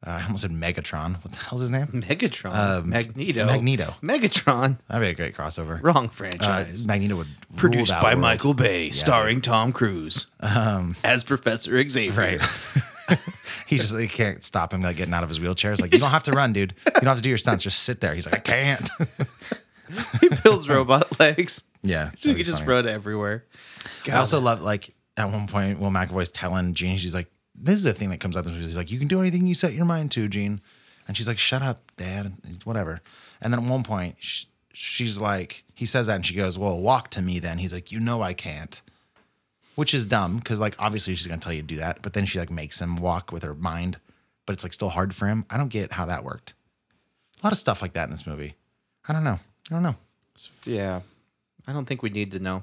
Uh, I almost said Megatron. What the hell's his name? Megatron, Um, Magneto, Magneto. Megatron. That'd be a great crossover. Wrong Uh, franchise. Magneto would rule Um, Produced that by world. Michael Bay, starring Tom Cruise as Professor Xavier. Right. he just he can't stop him like getting out of his wheelchair. It's like you don't have to run, dude. You don't have to do your stunts. Just sit there. He's like, I can't. Builds robot legs. Yeah, So you that'd be can just funny. run everywhere. I also love like at one point Will McAvoy's telling Gene, she's like, "This is a thing that comes up." in this movie." He's like, "You can do anything you set your mind to, Gene," and she's like, "Shut up, Dad," and whatever. And then at one point, sh she's like, he says that, and she goes, "Well, walk to me then." He's like, "You know I can't," which is dumb because like obviously she's gonna tell you to do that, but then she like makes him walk with her mind, but it's like still hard for him. I don't get how that worked. A lot of stuff like that in this movie. I don't know. I don't know. Yeah. I don't think we need to know.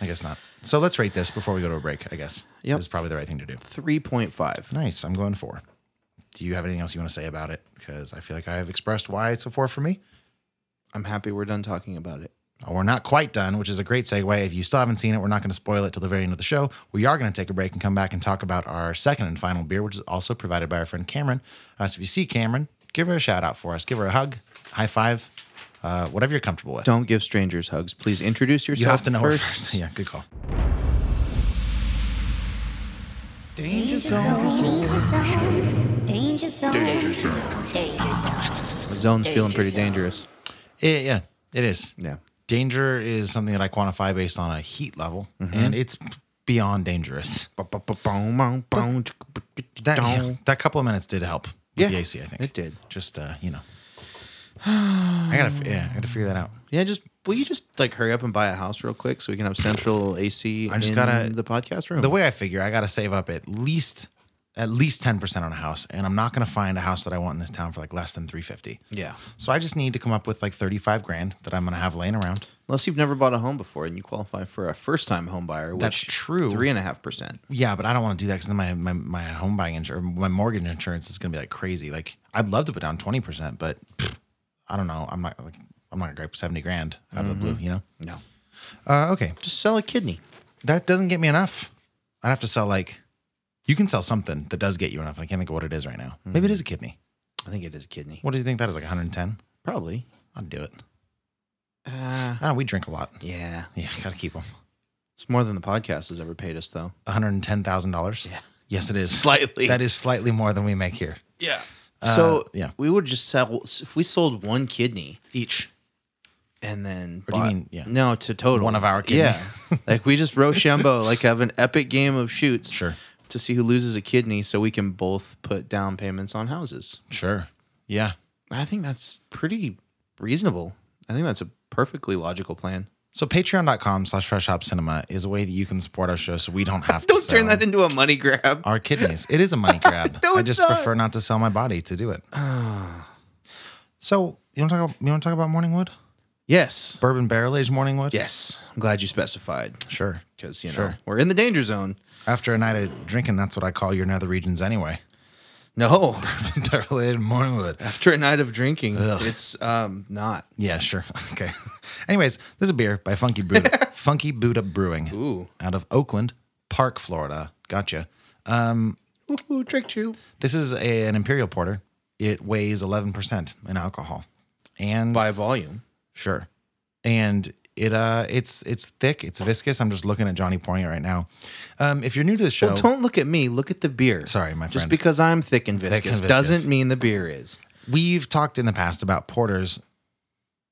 I guess not. So let's rate this before we go to a break, I guess. Yep. This is probably the right thing to do. 3.5. Nice. I'm going four. Do you have anything else you want to say about it? Because I feel like I have expressed why it's a four for me. I'm happy we're done talking about it. Oh, We're not quite done, which is a great segue. If you still haven't seen it, we're not going to spoil it till the very end of the show. We are going to take a break and come back and talk about our second and final beer, which is also provided by our friend Cameron. Uh, so if you see Cameron, give her a shout out for us. Give her a hug, high five, uh, whatever you're comfortable with. Don't give strangers hugs. Please introduce yourself you have to know her first. first. Yeah, good call. Danger zone. Danger zone. Danger zone. The zone's feeling pretty dangerous. Yeah, yeah, it is. Yeah. Danger is something that I quantify based on a heat level, and it's beyond dangerous. um, That yeah, that couple of minutes did help with Yeah, the AC, I think. it did. Just uh, you know. I gotta f- yeah, I gotta figure that out. Yeah, just will you just like hurry up and buy a house real quick so we can have central AC I just in gotta- the podcast room? The way I figure, I gotta save up at least at least ten percent on a house, and I'm not gonna find a house that I want in this town for like less than three fifty. yeah. So I just need to come up with like thirty five grand that I'm gonna have laying around. Unless you've never bought a home before and you qualify for a first time home buyer, which That's true. Three and a half percent. Yeah, but I don't want to do that because then my, my my home buying insurance, my mortgage insurance is gonna be like crazy. Like I'd love to put down twenty percent, but pfft, I don't know. I'm not like I'm not gonna grab seventy grand out of the blue, you know. Mm-hmm. No. Uh, okay, Just sell a kidney. that doesn't get me enough. I'd have to sell like you can sell something that does get you enough. I can't think of what it is right now. Maybe it Mm-hmm. is a kidney. I think it is a kidney. What do you think that is? Like 110? Probably. I'd do it. Uh, I don't. We drink a lot. yeah. Yeah, gotta keep them. It's more than the podcast has ever paid us, though. One hundred ten thousand dollars. Yeah. Yes, it is Slightly. That is slightly more than we make here Yeah. So Uh, yeah. yeah, we would just sell if we sold one kidney each. and then. Or do you mean- yeah. No, to total One of our kidney. Yeah, like we just Rochambeau, like have an epic game of shoots. Sure. To see who loses a kidney, so we can both put down payments on houses. Sure. Yeah. I think that's pretty reasonable. I think that's a perfectly logical plan. So patreon.com slash fresh hop cinema is a way that you can support our show so we don't have to Don't turn sell that into a money grab. our kidneys. It is a money grab. No, I it's just not. prefer not to sell my body to do it. so you want to talk about, you want to talk about Morningwood? Yes. Bourbon barrel aged Morningwood? Yes. I'm glad you specified Sure. because you know Sure. we're in the danger zone. After a night of drinking, that's what I call your nether regions anyway. No, Darlaid Mornwood. after a night of drinking, Ugh. it's um not. Yeah, sure. Okay. Anyways, this is a beer by Funky Buddha. Funky Buddha Brewing. Ooh. Out of Oakland Park, Florida. Gotcha. Um, Woohoo, tricked you. this is a, an imperial porter. It weighs 11% in alcohol. And By volume. Sure. And it uh it's it's thick, it's viscous. I'm just looking at Johnny pouring it right now. Um if you're new to the show, Well, don't look at me. Look at the beer. Sorry, my Just friend. because I'm thick and Thick and viscous, viscous. doesn't mean the beer is. we've talked in the past about porters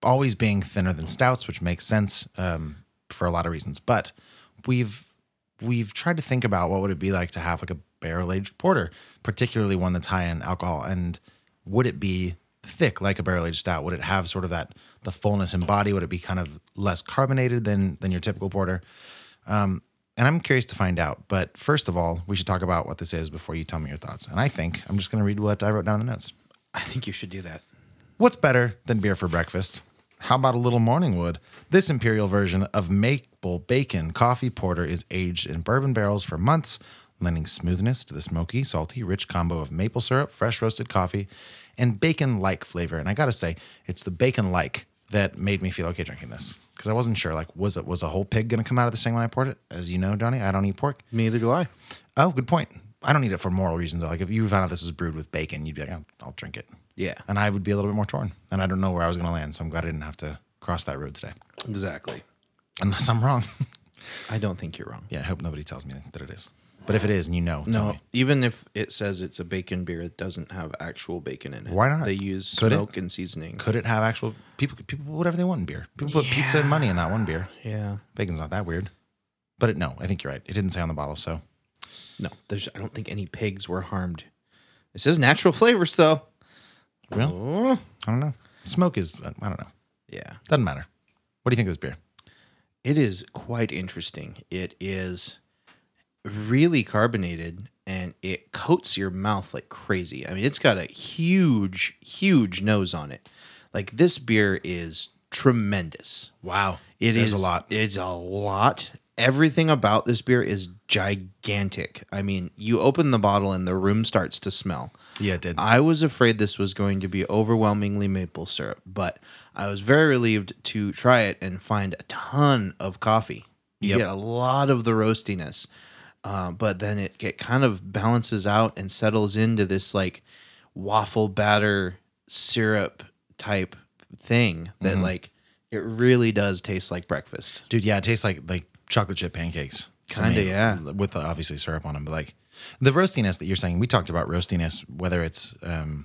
always being thinner than stouts, which makes sense um for a lot of reasons. But we've we've tried to think about what would it be like to have like a barrel aged porter, particularly one that's high in alcohol, and would it be thick like a barrel aged stout? Would it have sort of that the fullness in body? Would it be kind of less carbonated than than your typical porter? Um, And I'm curious to find out. But first of all, we should talk about what this is before you tell me your thoughts. And I think I'm just going to read what I wrote down in the notes. I think you should do that. What's better than beer for breakfast? How about a little morning wood? This imperial version of maple bacon coffee porter is aged in bourbon barrels for months, lending smoothness to the smoky, salty, rich combo of maple syrup, fresh roasted coffee, and bacon like flavor. And I gotta say, it's the bacon like that made me feel okay drinking this. Because I wasn't sure, like, was it was a whole pig gonna come out of this thing when I poured it? As you know, Donnie, I don't eat pork. Neither do I. Oh, good point. I don't need it for moral reasons. Though. Like if you found out this was brewed with bacon, you'd be like, I'll, I'll drink it. Yeah. And I would be a little bit more torn. And I don't know where I was going to land. So I'm glad I didn't have to cross that road today. Exactly. Unless I'm wrong. I don't think you're wrong. yeah. I hope nobody tells me that it is. But if it is and you know, tell No, me. even if it says it's a bacon beer, it doesn't have actual bacon in it. Why not? They use Could it? smoke and seasoning. Could it have actual people? People put whatever they want in beer. People put pizza and money in that one beer. Yeah. Bacon's not that weird. But it, no, I think you're right. It didn't say on the bottle. So No, there's. I don't think any pigs were harmed. It says natural flavors though. Really? Oh, I don't know. Smoke is, uh, I don't know. yeah. Doesn't matter. What do you think of this beer? It is quite interesting. It is really carbonated and it coats your mouth like crazy. I mean, it's got a huge, huge nose on it. Like this beer is tremendous. Wow. It is There's a lot. It's a lot. Everything about this beer is gigantic. I mean, you open the bottle and the room starts to smell. Yeah, it did. I was afraid this was going to be overwhelmingly maple syrup, but I was very relieved to try it and find a ton of coffee. You Yep. get a lot of the roastiness, uh, but then it, it kind of balances out and settles into this like waffle batter syrup type thing that like it really does taste like breakfast. Dude, yeah, it tastes like like chocolate chip pancakes. to Kinda, me, yeah. With uh, obviously syrup on them, but like the roastiness that you're saying, we talked about roastiness, whether it's um,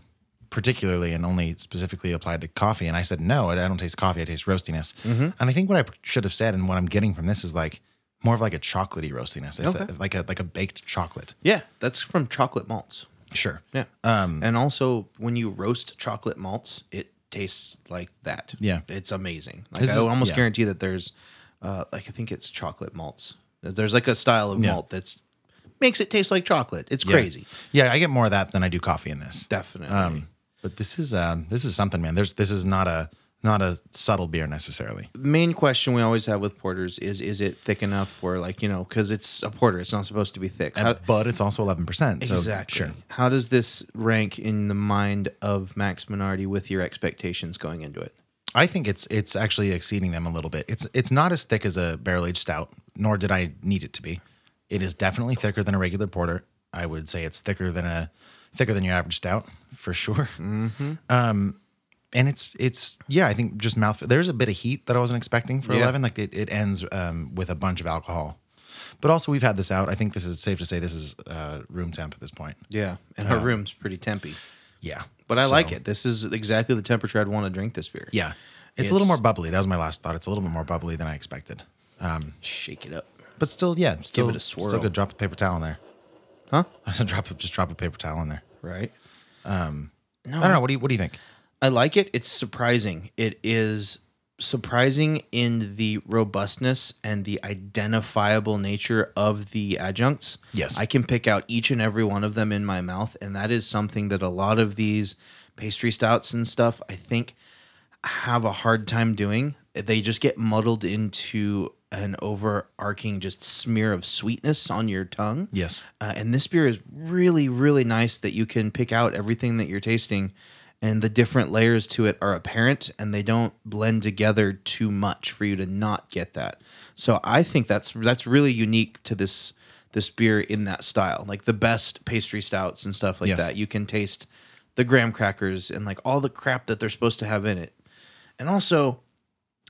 particularly and only specifically applied to coffee. And I said no, I don't taste coffee. I taste roastiness. Mm-hmm. And I think what I should have said and what I'm getting from this is like more of like a chocolatey roastiness, if, Okay. if like a like a baked chocolate. Yeah, that's from chocolate malts. Sure. Yeah. Um, and also, when you roast chocolate malts, it tastes like that. Yeah. It's amazing. Like, This I is- almost yeah. guarantee that there's, uh, like, I think it's chocolate malts. There's like a style of Yeah. malt that's makes it taste like chocolate. It's yeah. crazy. Yeah, I get more of that than I do coffee in this. Definitely. Um, but this is um, this is something, man. There's this is not a not a subtle beer necessarily. Main question we always have with porters is is it thick enough for, like, you know, because it's a porter, it's not supposed to be thick. How- Uh, but it's also 11%. So exactly. Sure. How does this rank in the mind of Max Minardi with your expectations going into it? I think it's it's actually exceeding them a little bit. It's it's not as thick as a barrel aged stout, nor did I need it to be. It is definitely thicker than a regular porter. I would say it's thicker than a thicker than your average stout for sure. Um, Mm-hmm. and it's it's yeah, I think just mouth. There's a bit of heat that I wasn't expecting for Yeah. eleven. Like it, it ends um, with a bunch of alcohol, but also we've had this out. I think this is safe to say this is uh, room temp at this point. Yeah. And Uh, her room's pretty tempy. Yeah, But I like So- it. This is exactly the temperature I'd want to drink this beer. Yeah. It's, a little more It's- bubbly. That was my last thought. It's a little bit more bubbly than I expected. Um, Shake it up. but still, yeah, still, it a still swirl. good. Drop a paper towel in there. Huh? I said drop, a- just drop a paper towel in there. Right. I don't know. What do you, what do you think? I like it. It's surprising. It is surprising in the robustness and the identifiable nature of the adjuncts. Yes. I can pick out each and every one of them in my mouth. And that is something that a lot of these pastry stouts and stuff, I think, have a hard time doing. they just get muddled into an overarching just smear of sweetness on your tongue. Yes. Uh, and this beer is really, really nice that you can pick out everything that you're tasting, and the different layers to it are apparent and they don't blend together too much for you to not get that. So I think that's that's really unique to this this beer in that style. Like the best pastry stouts and stuff like Yes. that, you can taste the graham crackers and like all the crap that they're supposed to have in it. And also,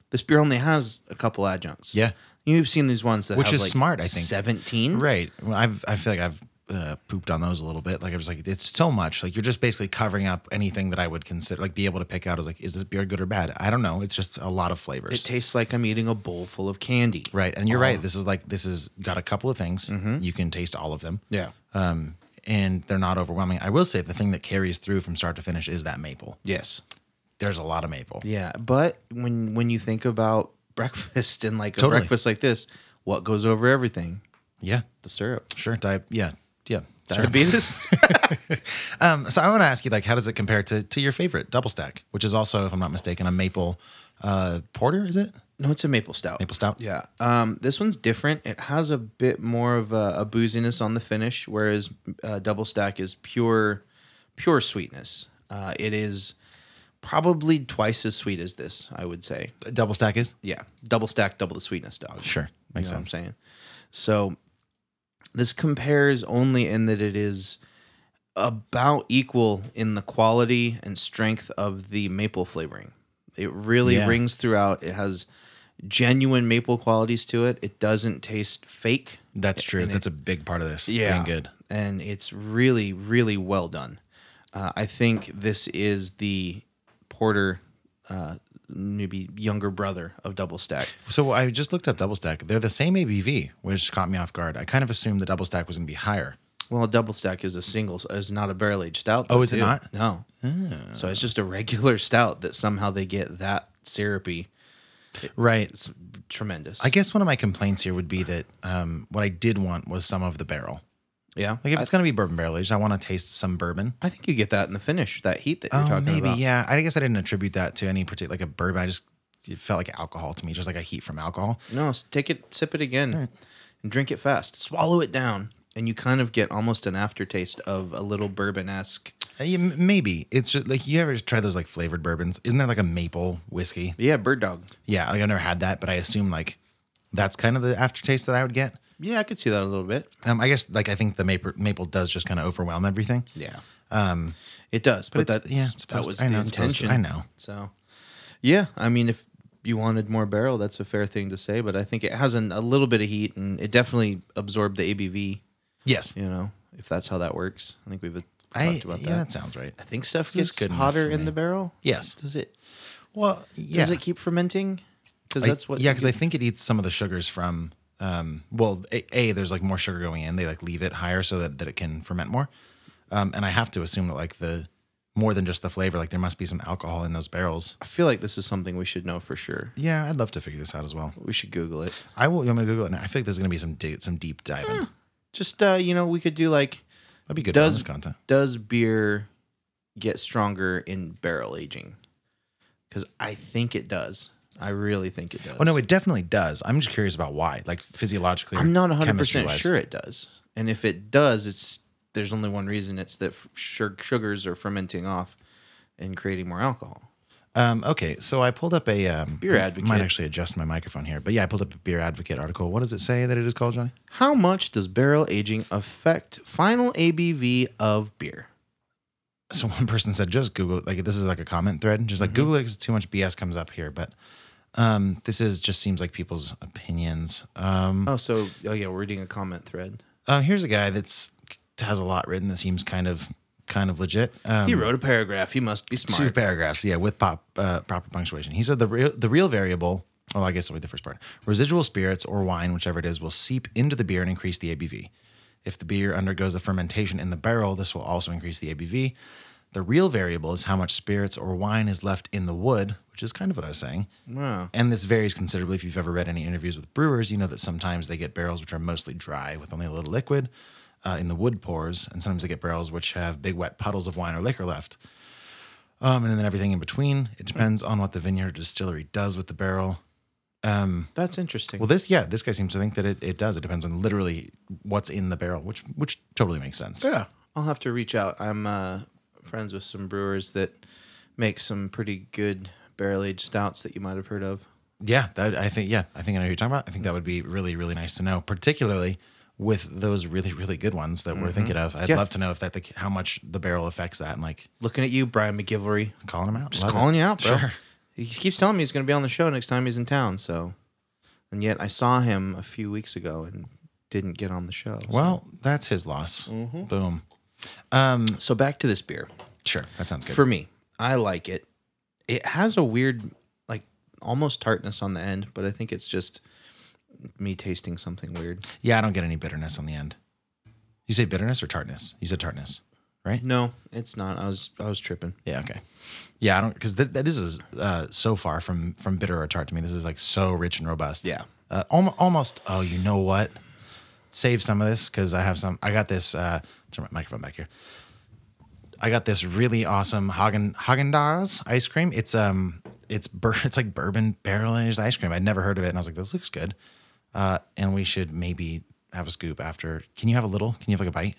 this beer only has a couple adjuncts. Yeah. You've seen these ones that Which have, is like, smart, I think. 17. Right. Well, I've I feel like I've uh, pooped on those a little bit. Like I was like, it's so much. Like you're just basically covering up anything that I would consider like be able to pick out as like, is this beer good or bad? I don't know. It's just a lot of flavors. It Oh. tastes like I'm eating a bowl full of candy. right. And you're right. This is like this has got a couple of things. Mm-hmm. You can taste all of them. Yeah. Um, and they're not overwhelming. I will say the thing that carries through from start to finish is that maple. Yes. There's a lot of maple. Yeah. But when when you think about breakfast and like Totally. a breakfast like this, what goes over everything? Yeah. The syrup. Sure. Di- yeah. Yeah. Sure. Diabetes. Um, so I want to ask you, like, how does it compare to to your favorite double stack, which is also, if I'm not mistaken, a maple uh, porter? Is it no, it's a maple stout. maple stout? Yeah. Um, this one's different. It has a bit more of a, a booziness on the finish, whereas uh, double stack is pure, pure sweetness. Uh, it is probably twice as sweet as this. I would say. double stack is Yeah, double stack, double the sweetness, dog. sure makes you know sense. What I'm saying. So this compares only in that it is about equal in the quality and strength of the maple flavoring. It really Yeah. rings throughout. It has genuine maple qualities to it. It doesn't taste fake. That's true. That's a big part of this. being good. And it's really, really well done. Uh, I think this is the Porter, uh, maybe younger brother of Double Stack. So I just looked up double stack. They're the same ABV, which caught me off guard. I kind of assumed the double stack was going to be higher. Well, a double stack is a single, is not a barrel aged stout. Oh, though, is it too. not? Ah. No. So it's just a regular stout that somehow they get that syrupy. Right. It's tremendous. I guess one of my complaints here would be that um, what I did want was some of the barrel. yeah. Like if I, it's going to be bourbon barrel aged, I want to taste some bourbon. I think you get that in the finish, that heat that you're Oh, talking maybe about. yeah. I guess I didn't attribute that to any particular like a bourbon. I just it felt like alcohol to me, just like a heat from alcohol. No, s- take it, sip it again, and drink it fast. Swallow it down, and you kind of get almost an aftertaste of a little bourbon esque. Uh, yeah, m- maybe it's just like you ever try those like flavored bourbons? Isn't there like a maple whiskey? Yeah, bird dog. Yeah, like I've never had that, but I assume like that's kind of the aftertaste that I would get. Yeah, I could see that a little bit. Um, I guess like I think the maple maple does just kind of overwhelm everything. Yeah, Um, it does. But, it's- that's, yeah, yeah, it's that supposed- was I the know it's supposed to- intention. I know. So, yeah, I mean, if you wanted more barrel, that's a fair thing to say. But I think it has an, a little bit of heat, and it definitely absorbed the ABV. yes, You know, if that's how that works, I think we've talked I, about yeah, that. that sounds right. I think stuff This is gets good enough hotter for in me. the barrel. Yes. Does it? Well, yeah, Does it keep fermenting? Because I- that's what. yeah, you because I think it eats some of the sugars from. Um, well, a, a there's like more sugar going in. They like leave it higher so that, that it can ferment more. Um, and I have to assume that like the more than just the flavor, like there must be some alcohol in those barrels. I feel like this is something we should know for sure. Yeah, I'd love to figure this out as well. We should Google it. I will. I'm gonna Google it. Now. I feel like there's gonna be some di- some deep diving. Just uh, you know, we could do like That'd be good Does- bonus content. does beer get stronger in barrel aging? Because I think it does. I really think it does. Oh no, it definitely does. I'm just curious about why, like physiologically. or I'm not 100 percent chemistry-wise. sure it does. And if it does, it's there's only one reason. It's that f- sug- sugars are fermenting off and creating more alcohol. Um, okay, so I pulled up a um, Beer Advocate. Might actually adjust my microphone here, but yeah, I pulled up a beer advocate article. What does it say that it is called, Johnny? How much does barrel aging affect final ABV of beer? so one person said just google it." like this is like a comment thread just like google it because too much bs comes up here but um this is just seems like people's opinions um Oh, so oh yeah, we're reading a comment thread. uh, here's a guy that's has a lot written that seems kind of kind of legit um, He wrote a paragraph. He must be two smart. paragraphs yeah with pop uh, proper punctuation he said the real the real variable well i guess it'll be the first part residual spirits or wine whichever it is will seep into the beer and increase the abv if the beer undergoes a fermentation in the barrel this will also increase the abv the real variable is how much spirits or wine is left in the wood which is kind of what i was saying Wow. and this varies considerably if you've ever read any interviews with brewers you know that sometimes they get barrels which are mostly dry with only a little liquid uh, in the wood pours and sometimes they get barrels which have big wet puddles of wine or liquor left um, and then everything in between. It depends on what the vineyard or distillery does with the barrel. That's interesting. Well, this yeah, this guy seems to think that it, it does. It depends on literally what's in the barrel, which which totally makes sense. yeah, I'll have to reach out. I'm uh, friends with some brewers that make some pretty good barrel aged stouts that you might have heard of. Yeah, that, I think. Yeah, I think I know who you're talking about. I think that would be really, really nice to know, particularly with those really, really good ones that we're thinking of. I'd Mm-hmm. Yeah. love to know if that the, how much the barrel affects that and like Looking at you, Brian McGivory. calling them out. Just Love it. calling you out, bro. Sure. He keeps telling me he's going to be on the show next time he's in town. So, and yet I saw him a few weeks ago and didn't get on the show. so- Well, that's his loss. Mm-hmm. Boom. so back to this beer. Sure, that sounds good. For me, I like it. It has a weird, like almost tartness on the end, but I think it's just me tasting something weird. yeah, I don't get any bitterness on the end. You say bitterness or tartness? You said tartness, right? No, it's not. I was I was tripping. Yeah. Okay. Yeah, I don't because th- th- this is uh, so far from from bitter or tart to me. This is like so rich and robust. Yeah. Uh, almost. Almost. Oh, you know what? Save some of this because I have some. I got this. Uh, turn my microphone back here. I got this really awesome Hagen Hagen Dazs ice cream. It's um, it's bur- it's like bourbon barrel aged ice cream. I'd never heard of it, and I was like, this looks good. Uh, and we should maybe have a scoop after. Can you have a little? Can you have like a bite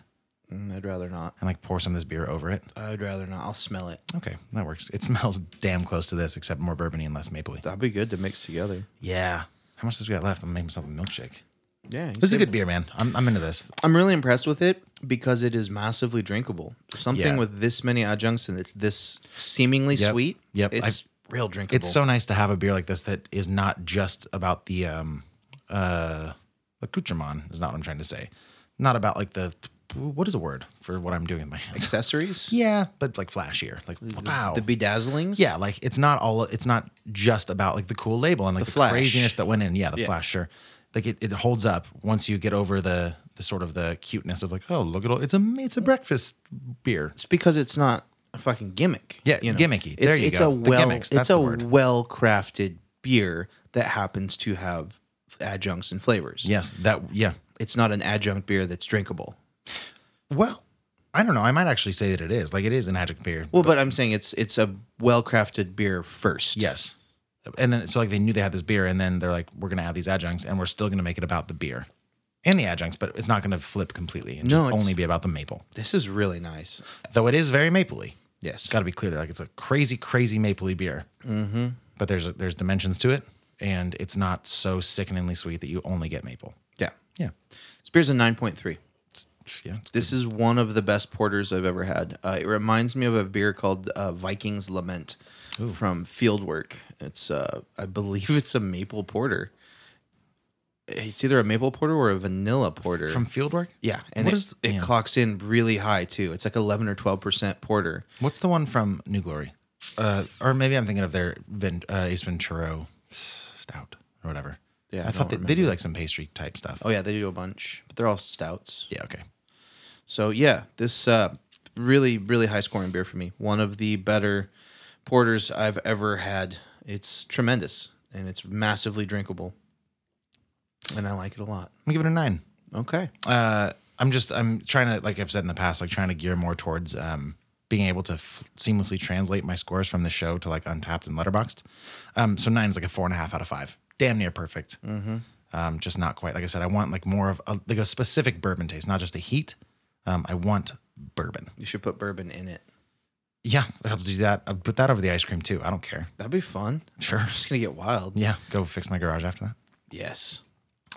Mm, I'd rather not. and like pour some of this beer over it? I'd rather not. I'll smell it. Okay, that works. It smells damn close to this, except more bourbony and less mapley. That'd be good to mix together. Yeah. How much does we got left? I'm making myself a milkshake. Yeah, This is a good beer, man. I'm, I'm into this. I'm really impressed with it because it is massively drinkable. Something Yeah. with this many adjuncts and it's this seemingly Yep, sweet. yep, it's real drinkable. It's so nice to have a beer like this that is not just about the um uh accoutrement is not what I'm trying to say. Not about like the what is the word for what I'm doing with my hands? accessories. Yeah, but like flashier, like wow. The bedazzlings. Yeah, like it's not all. It's not just about like the cool label and like the, flash. craziness that went in. Yeah, the flash, sure. Like it, it holds up once you get over the the sort of the cuteness of like, oh look at all. It's a it's a breakfast beer. It's because it's not a fucking gimmick. Yeah, gimmicky. There It's, you it's go. a The well gimmicks, that's it's the a word. well crafted beer that happens to have adjuncts and flavors. Yes, that yeah. It's not an adjunct beer that's drinkable. Well, I don't know. I might actually say that it is. Like it is an adjunct beer. Well, but I'm saying it's it's a well crafted beer first. yes. And then so like they knew they had this beer, and then they're like, we're gonna add these adjuncts, and we're still gonna make it about the beer and the adjuncts, but it's not gonna flip completely and No, just it's- only be about the maple. This is really nice. Though it is very mapley. Yes. It's got to be clear that like it's a crazy, crazy mapley beer. Mm-hmm. But there's there's dimensions to it, and it's not so sickeningly sweet that you only get maple. yeah. Yeah, This beer's a nine point three. yeah. This is one of the best porters I've ever had. Uh, it reminds me of a beer called uh, Vikings Lament from Fieldwork. It's, uh, I believe, it's a maple porter. It's either a maple porter or a vanilla porter. From Fieldwork. yeah, and What it, is- it yeah. clocks in really high too. It's like eleven or twelve percent porter. What's the one from New Glory? Uh, or maybe I'm thinking of their Vin, uh, Ace Ventura stout or whatever. Yeah, I, I thought they, don't they do like some pastry type stuff. Oh yeah, they do a bunch, but they're all stouts. yeah, okay. So yeah, this uh, really really high scoring beer for me. One of the better porters I've ever had. It's tremendous and it's massively drinkable, and I like it a lot. I'm gonna give it a nine. Okay, uh, I'm just I'm trying to like I've said in the past, like trying to gear more towards um, being able to f- seamlessly translate my scores from the show to like Untapped and Letterboxed. Um, so nine is like a four and a half out of five, damn near perfect. Um, just not quite. Like I said, I want like more of a, like a specific bourbon taste, not just a heat. Um, I want bourbon. you should put bourbon in it. Yeah, I'll do that. I'll put that over the ice cream too. I don't care. That'd be fun. Sure. I'm just gonna get wild. Yeah, go fix my garage after Yes,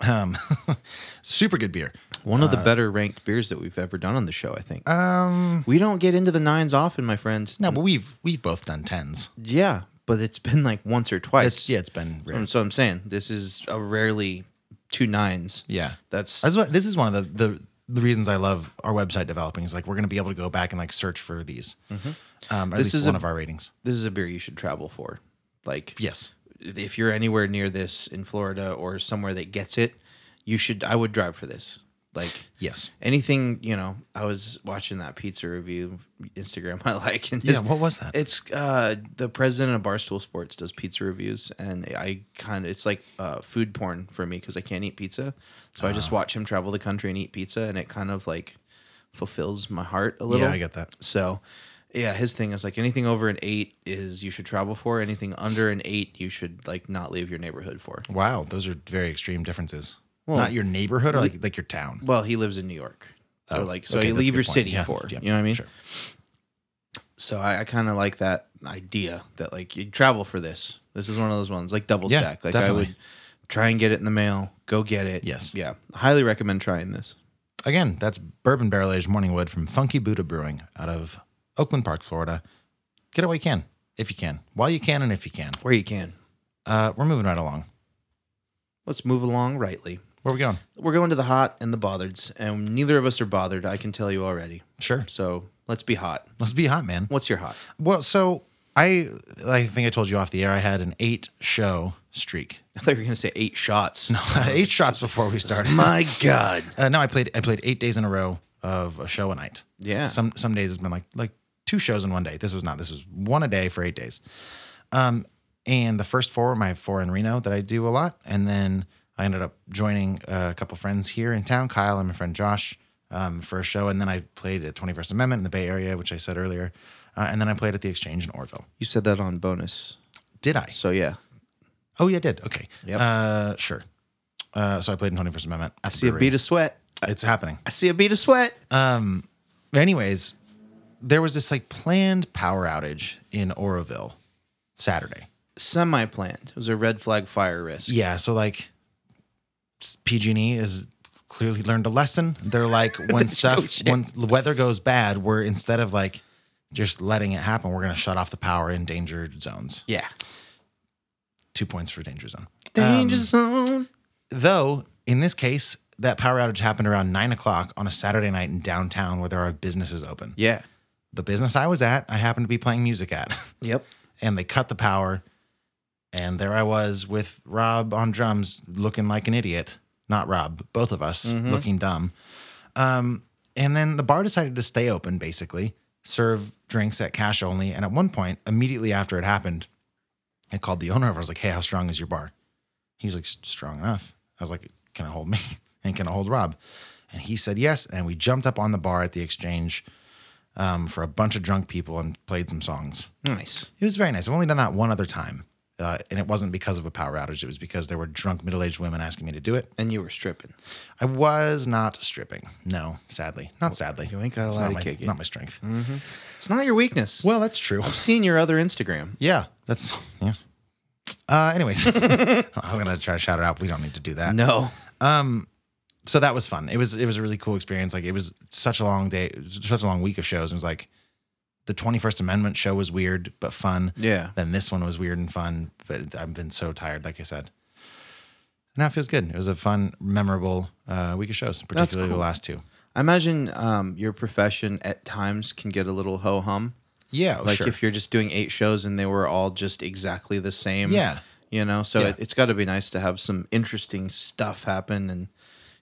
that. Um, super good beer. one of the better ranked beers that we've ever done on the show. I think Uh, Um, we don't get into the nines often, my friend. no, but we've we've both done tens. Yeah, but it's been like once or twice. It's, yeah, it's been rare. So I'm saying this is a rarely two nines. Yeah, That's That's what this is one of the the the reasons I love our website developing is like we're gonna be able to go back and like search for these. Um, or Mm-hmm. This at least is one a- of our ratings. this is a beer you should travel for. Like, Yes. if you're anywhere near this in Florida or somewhere that gets it, you should. I would drive for this. Like, Yes. anything you know. I was watching that pizza review Instagram I like. And Yeah, this- what was that? It's uh, the president of Barstool Sports does pizza reviews, and I kind of it's like uh, food porn for me because I can't eat pizza, so I Ah. just watch him travel the country and eat pizza, and it kind of like fulfills my heart a little. Yeah, I get that. So yeah, his thing is like anything over an eight is you should travel for. Anything under an eight, you should like not leave your neighborhood for. Wow, those are very extreme differences. Not your neighborhood or like like your town. Well, he lives in New York, so Oh, like so okay, you that's a leave good your point. city Yeah, for. yeah, you know what I mean? sure. So I, I kind of like that idea that like you travel for this. This is one of those ones like double Yeah, stack. Like definitely. I would try and get it in the mail. Go get it. Yes. Yeah. Highly recommend trying this. Again, that's bourbon barrel aged morning wood from Funky Buddha Brewing out of Oakland Park, Florida. Get it while you can, if you can, while you can, and if you can. Where you can. Uh, we're moving right along. Let's move along rightly. Where are we going? We're going to the hot and the bothereds, and neither of us are bothered. I can tell you already. Sure, So let's be hot. let's be hot, man. What's your hot? Well, so I, I think I told you off the air, I had an eight show streak. Uh, I thought you were going to say eight shots. No. eight shots before we started. My God. Uh, no, I played. I played eight days in a row of a show a night. Yeah. Some some days it's been like like two shows in one day. This was not. This was one a day for eight days. Um, and the first four, were my four in Reno that I do a lot, and then I ended up joining uh, a couple friends here in town, Kyle and my friend Josh, um, for a show, and then I played at Twenty First Amendment in the Bay Area, which I said earlier, uh, and then I played at the Exchange in Orville. You said that on bonus. Did I? So yeah. Oh yeah, I did. Okay. Yep. Uh, sure. Uh, so I played in Twenty First Amendment. I see a bead of sweat. It's happening. I see a bead of sweat. Uh, Um, anyways, there was this like planned power outage in Oroville Saturday. Semi planned. It was a red flag fire risk. Yeah, so like PG&E is E clearly learned a lesson. They're like when stuff when the weather goes bad, we're instead of like just letting it happen, we're going to shut off the power in danger zones. Yeah. 2 points for danger zone. Um, Danger zone. Though, in this case, that power outage happened around nine o'clock on a Saturday night in downtown where there are businesses open. Yeah. The business I was at, I happened to be playing music at. Yep. and they cut the power. And there I was with Rob on drums, looking like an idiot. Not Rob, both of us looking dumb. Um, and then the bar decided to stay open, basically, serve drinks at cash only. And at one point, immediately after it happened, I called the owner over. I was like, "Hey, how strong is your bar?" He was like, "S- "Strong enough." I was like, "Can it hold me? And can it hold Rob?" And he said yes. And we jumped up on the bar at the exchange um, for a bunch of drunk people and played some songs. Nice. It was very nice. I've only done that one other time. Uh, and it wasn't because of a power outage. It was because there were drunk middle aged women asking me to do it. And you were stripping. I was not stripping. No, sadly. Not sadly. You ain't got a lot not to my, kick it. Mm. Not my strength. It's not your weakness. Well, that's true. I've seen your other Instagram. Yeah, that's, yeah. Uh, anyways, I'm going to try to shout it out. but We don't need to do that. Um, No. so that was fun. It was it was a really cool experience. Like it was such a long day, such a long week of shows. It was like the Twenty First Amendment show was weird but fun. Yeah. Then this one was weird and fun, but I've been so tired, like I said. And that feels good. It was a fun, memorable uh, week of shows, particularly cool. the last two. I imagine um, your profession at times can get a little ho hum. Yeah, Like Oh, sure. if you're just doing eight shows and they were all just exactly the same. Yeah. You know, so Yeah. it, it's got to be nice to have some interesting stuff happen and,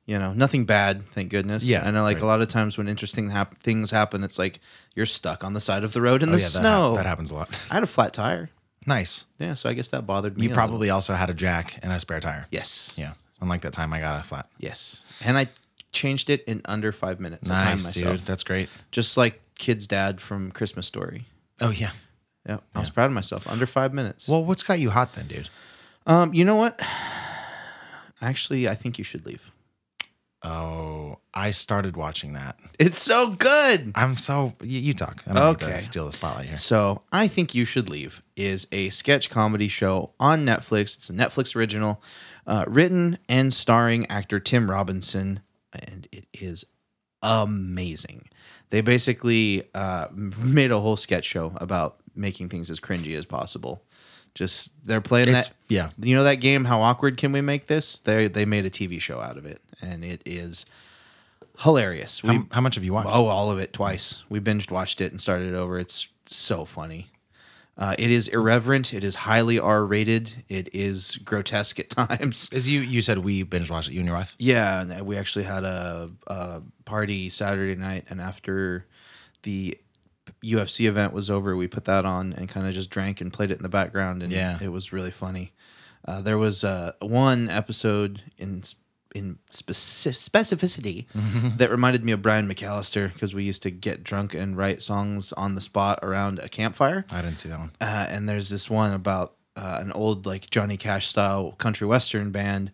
you know, nothing bad, thank goodness. Yeah, I know, like a right. lot of times when interesting hap- things happen, it's like you're stuck on the side of the road in Oh, the yeah, that hap- snow. that happens a lot. I had a flat tire. nice. Yeah. So I guess that bothered me. You a little. probably also had a jack and a spare tire. Yes. Yeah. Unlike that time I got a flat. Yes. And I changed it in under five minutes. I timed Nice, myself. dude. That's great. Just like kid's dad from Christmas Story. Oh yeah. Yeah, I was proud of myself. Under five minutes. Well, what's got you hot then, dude? um, you know what? Actually, I think you should leave. Oh, I started watching that. It's so good. I'm so you, you talk. I don't need Okay. to steal the spotlight here. So I think you should leave is a sketch comedy show on Netflix. It's a Netflix original, uh, written and starring actor Tim Robinson, and it is amazing. They basically uh, made a whole sketch show about making things as cringy as possible. Just they're playing It's- that. yeah. you know that game. How awkward can we make this? They they made a TV show out of it, and it is hilarious. We How, how much have you watched? Oh, all of it twice. We binged watched it and started it over. It's so funny. Uh, it is irreverent. It is highly R rated. It is grotesque at times. Is you you said we binge watched it, you and your wife? Yeah, and uh, we actually had a, a party Saturday night, and after the UFC event was over, we put that on and kind of just drank and played it in the background, and Yeah. it was really funny. Uh, there was uh, one episode in in speci- specificity that reminded me of Brian McAllister because we used to get drunk and write songs on the spot around a campfire. I didn't see that one. Uh, and there's this one about uh, an old like Johnny Cash style country western band,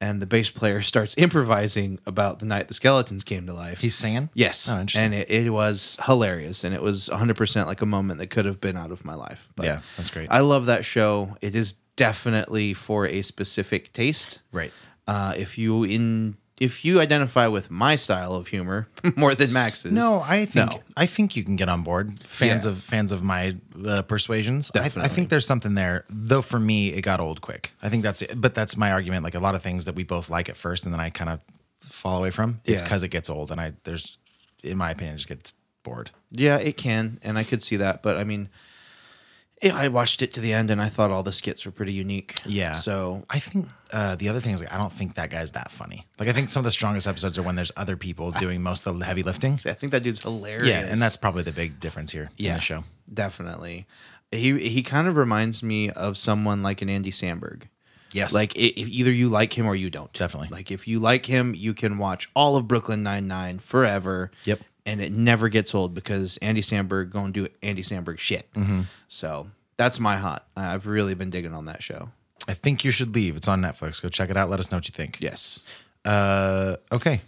and the bass player starts improvising about the night the skeletons came to life. He's singing? Yes. Oh, interesting. And it, it was hilarious. And it was 100% like a moment that could have been out of my life. But Yeah, that's great. I love that show. It is definitely for a specific taste. Right. Uh, if you in if you identify with my style of humor more than Max's. No, I think No. I think you can get on board. Fans Yeah. of fans of my uh, persuasions, I, I Definitely. think there's something there. Though for me, it got old quick. I think that's it. But that's my argument. Like a lot of things that we both like at first, and then I kind of fall away from. It's Yeah. because it gets old, and I there's, in my opinion, it just gets bored. Yeah, it can, and I could see that, but I mean, yeah, I watched it to the end, and I thought all the skits were pretty unique. Yeah. So I think uh, the other thing is like I don't think that guy's that funny. Like I think some of the strongest episodes are when there's other people doing most of the heavy lifting. I think that dude's hilarious. Yeah, and that's probably the big difference here in Yeah. the show. definitely. He he kind of reminds me of someone like an Andy Samberg. Yes, Like i if either you like him or you don't. Definitely. Like if you like him, you can watch all of Brooklyn Nine Nine forever. Yep. And it never gets old because Andy Samberg gonna do Andy Samberg shit. Mm-hmm. So that's my hot. I've really been digging on that show. I think you should leave. It's on Netflix. Go check it out. Let us know what you think. Yes. Uh, okay.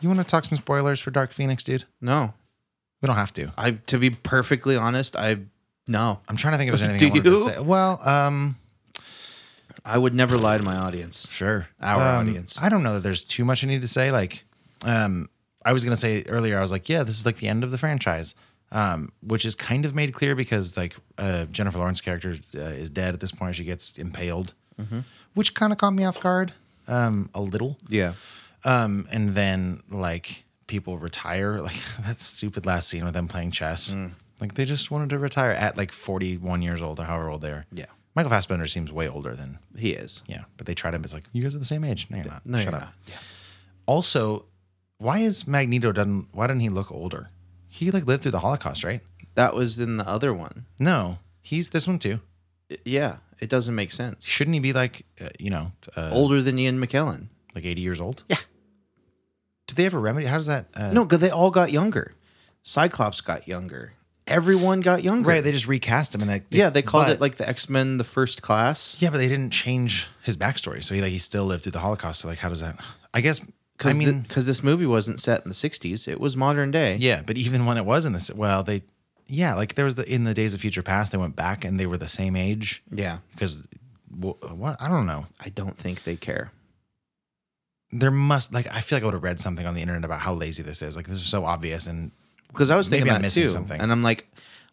You want to talk some spoilers for Dark Phoenix, dude? No. We don't have to. I to be perfectly honest, I no. I'm trying to think if there's anything I Do wanted you? to say. Well, um, I would never lie to my audience. sure. Our Um, audience. I don't know that there's too much I need to say. Like, um, I was gonna say earlier, I was like, yeah, this is like the end of the franchise, um, which is kind of made clear because like uh, Jennifer Lawrence character uh, is dead at this point. She gets impaled, Mm-hmm. which kind of caught me off guard, um, a little. Yeah. Um, and then like people retire. Like that stupid last scene with them playing chess. Mm. Like they just wanted to retire at like 41 years old or however old they are. Yeah. Michael Fassbender seems way older than He is. yeah, but they tried him. It's like you guys are the same age. No, you're not. No, Shut you're up. not. Yeah. Also, why is Magneto doesn't? Why doesn't he look older? He like lived through the Holocaust, right? That was in the other one. No, he's this one too. I- Yeah. It doesn't make sense. Shouldn't he be like uh, you know uh, Older than Ian McKellen. like 80 years old? Yeah. Did they ever remedy? How does that? Uh, No, because they all got younger. Cyclops got younger. Everyone got younger. right. They just recast him and like yeah, they called but- it like the X Men: The First Class. Yeah, but they didn't change his backstory. So he like he still lived through the Holocaust. So like how does that I guess I Because mean because this movie wasn't set in the '60s; it was modern day. yeah, but even when it was in this well, they yeah, like there was the in the days of future past, they went back and they were the same age Yeah. because wh- what I don't know. I don't think they care. There must like I feel like I would have read something on the internet about how lazy this is. Like this is so obvious and because I was Maybe thinking I'm that missing too, something. and I'm like,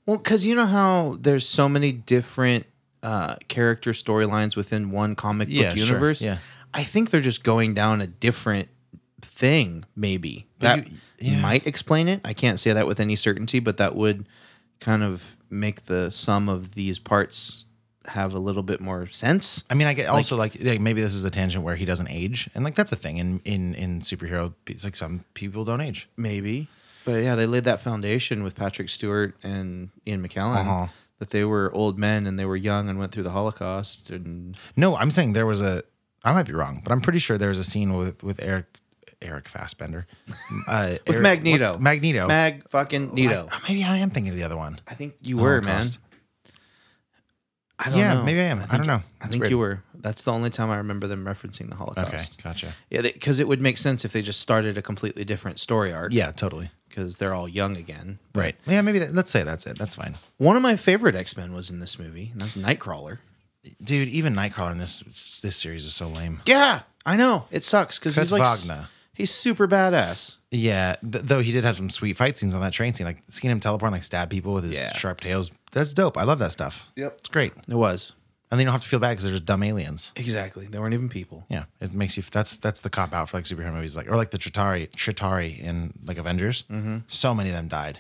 well, because you know how there's so many different uh, character storylines within one comic book Yeah, sure, universe. yeah. I think they're just going down a different thing. Maybe that you- yeah. might explain it. I can't say that with any certainty, but that would kind of make the sum of these parts have a little bit more sense. I mean, I get also like, like maybe this is a tangent where he doesn't age, and like that's a thing in in in superhero. It's like some people don't age. maybe. But yeah, they laid that foundation with Patrick Stewart and Ian McKellen Uh-huh. that they were old men and they were young and went through the Holocaust and No, I'm saying there was a. I might be wrong, but I'm pretty sure there was a scene with with Eric Eric Fassbender uh, with Eric- Magneto, what- Magneto. Mag fucking Nito. I- maybe I am thinking of the other one. I think you were Holocaust. man. I don't Yeah, know. maybe I am. I think- don't know. I That's think weird. you were. That's the only time I remember them referencing the Holocaust. Okay, gotcha. Yeah, because it would make sense if they just started a completely different story arc. Yeah, totally. because they're all young again. Right. Yeah, maybe that, let's say that's it. That's fine, One of my favorite X Men was in this movie, and that's Nightcrawler. dude. Even Nightcrawler in this this series is so lame. Yeah, I know. It sucks because Kurt he's like s- Wagner. he's super badass. Yeah, th- though he did have some sweet fight scenes on that train scene, like seeing him teleport and like stab people with his Yeah. sharp tails. That's dope. I love that stuff. Yep, it's great. It was And they don't have to feel bad because they're just dumb aliens. exactly. They weren't even people. Yeah, it makes you. That's that's the cop out for like superhero movies, like or like the Chitari, Chitari in like Avengers. Mm-hmm. So many of them died,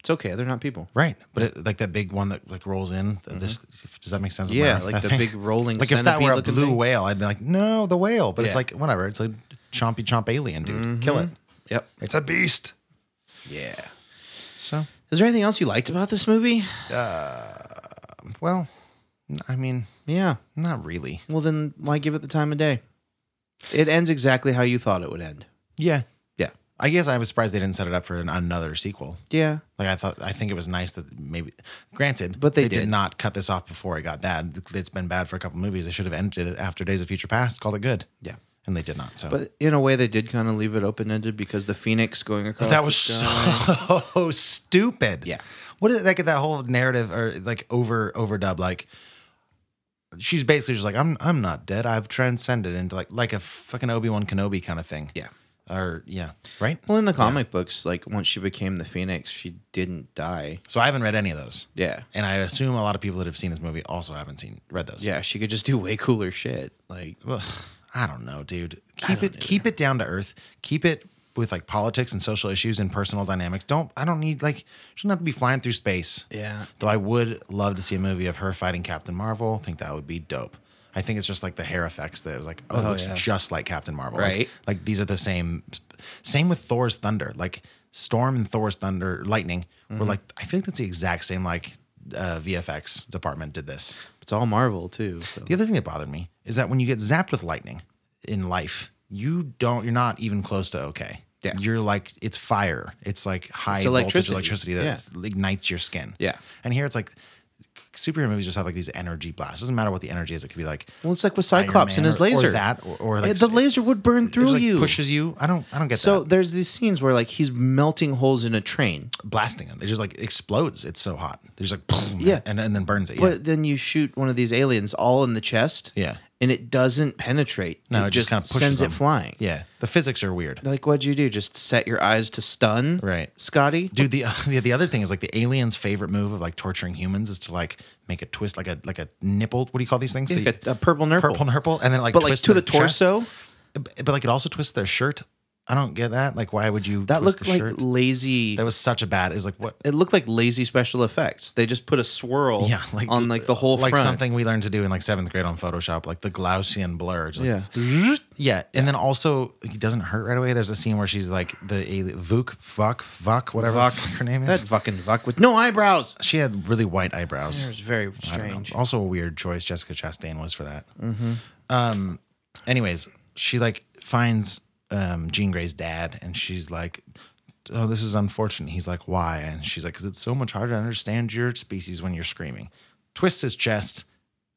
It's okay. They're not people. right? But it, like that big one that like rolls in. th- This does that make sense? Mm-hmm. Yeah, Whatever. like That the thing- big rolling Like if that were a centipede-looking blue thing. whale, I'd be like, no, the whale. But it's Yeah. Mm-hmm. like whatever. It's like chompy chomp alien dude. Kill it. Yep. It's a beast. Yeah. So Is there anything else you liked about this movie? well, n- I mean, Yeah. not really. Well, then why give it the time of day? It ends exactly how you thought it would end. Yeah. Yeah. I guess I was surprised they didn't set it up for an, another sequel. Yeah. Like I thought, I think it was nice that maybe, granted, But they did. did. not cut this off before it got bad. It's been bad for a couple movies. They should have ended it after Days of Future Past, called it good, Yeah. and they did not. So, But in a way, they did kind of leave it open ended because the phoenix going across. that the was sky- so stupid. Yeah. What is like that whole narrative or like over overdub like she's basically just like I'm I'm not dead. I've transcended into like like a fucking Obi Wan Kenobi kind of thing. Yeah. Or yeah, right. Well, in the comic books, like once she became the phoenix, she didn't die. So I haven't read any of those. Yeah. And I assume a lot of people that have seen this movie also haven't seen read those. Yeah. She could just do way cooler shit. Like, Ugh, I don't know, dude. Keep it keep it down to earth. Keep it with like politics and social issues and personal dynamics. Don't I don't need like shouldn't have to be flying through space. Yeah. Though I would love to see a movie of her fighting Captain Marvel. I think that would be dope. I think it's just like the hair effects that it was like, oh, it looks just like Captain Marvel. Like- Right. Like, these are the same. Same with Thor's thunder. Like Storm and Thor's thunder, lightning. Were like I feel like that's the exact same like uh, VFX department did this. it's all Marvel, too. So. The other thing that bothered me is that when you get zapped with lightning in life, you don't you're not even close to okay. Yeah. You're like it's fire. It's like high voltage electricity. electricity that ignites your skin. Yeah. And here it's like superhero movies just have like these energy blasts. doesn't matter what the energy is. It could be like Well, it's like with Iron Cyclops Man and his or- or laser. Uh, that or, or like the laser would burn it through just, like, you. pushes you. I don't I don't get so that. there's these scenes where like he's melting holes in a train, Blasting them. It just like explodes. It's so hot. There's like boom, Yeah. and, and then burns it. Yeah. but then you shoot one of these aliens all in the chest. Yeah. And it doesn't penetrate. no, it, it, just, kind of pushes sends them. it flying. Yeah. The physics are weird. Like, what'd you do? Just set your eyes to stun, Right. Scotty? dude the, the the other thing is like the alien's favorite move of like torturing humans is to like make a twist like a like a nipple what do you call these things Like The- a, a purple nurple. purple nurple and then like But like twist to the their chest. torso, but, but, like it also twists their shirt i don't get that like why would you that twist looked the like shirt? lazy. that was such a bad it was like what it looked like lazy special effects. They just put a swirl, yeah like on like the whole like front. something we learned to do in like seventh grade on photoshop like the glaucian blur just like, Yeah, Yeah, and then also he doesn't hurt right away. There's a scene where she's like the alien Vuk, Vuk, Vuk, whatever the fuck her name is. that fucking fuck with no eyebrows. She had really white eyebrows. It was very I don't know. strange. Also, a weird choice Jessica Chastain was for that. Um, anyways, she like finds um, Jean Grey's dad, and she's like, "Oh, this is unfortunate." He's like, "Why?" And she's like, "Cause it's so much harder to understand your species when you're screaming." Twists his chest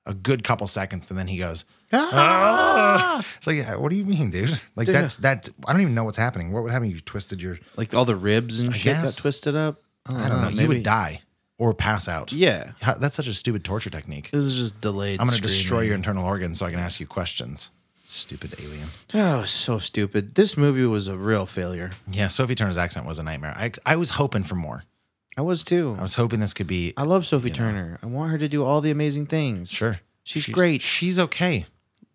a good couple seconds, and then he goes. "Ah!" It's like, yeah, what do you mean, dude? Like that's that's. I don't even know what's happening. What would happen if you twisted your? Like all the ribs and shit guess. got twisted up. I don't know. You would die or pass out. Yeah, How- that's such a stupid torture technique. it was just delayed. I'm going to destroy your screaming. internal organs so I can ask you questions. Stupid alien. Oh, so stupid. This movie was a real failure. Yeah, Sophie Turner's accent was a nightmare. I, I was hoping for more. I was too. I was hoping this could be. I love Sophie Turner. I want her to do all the amazing things. Sure. She's great. She's okay.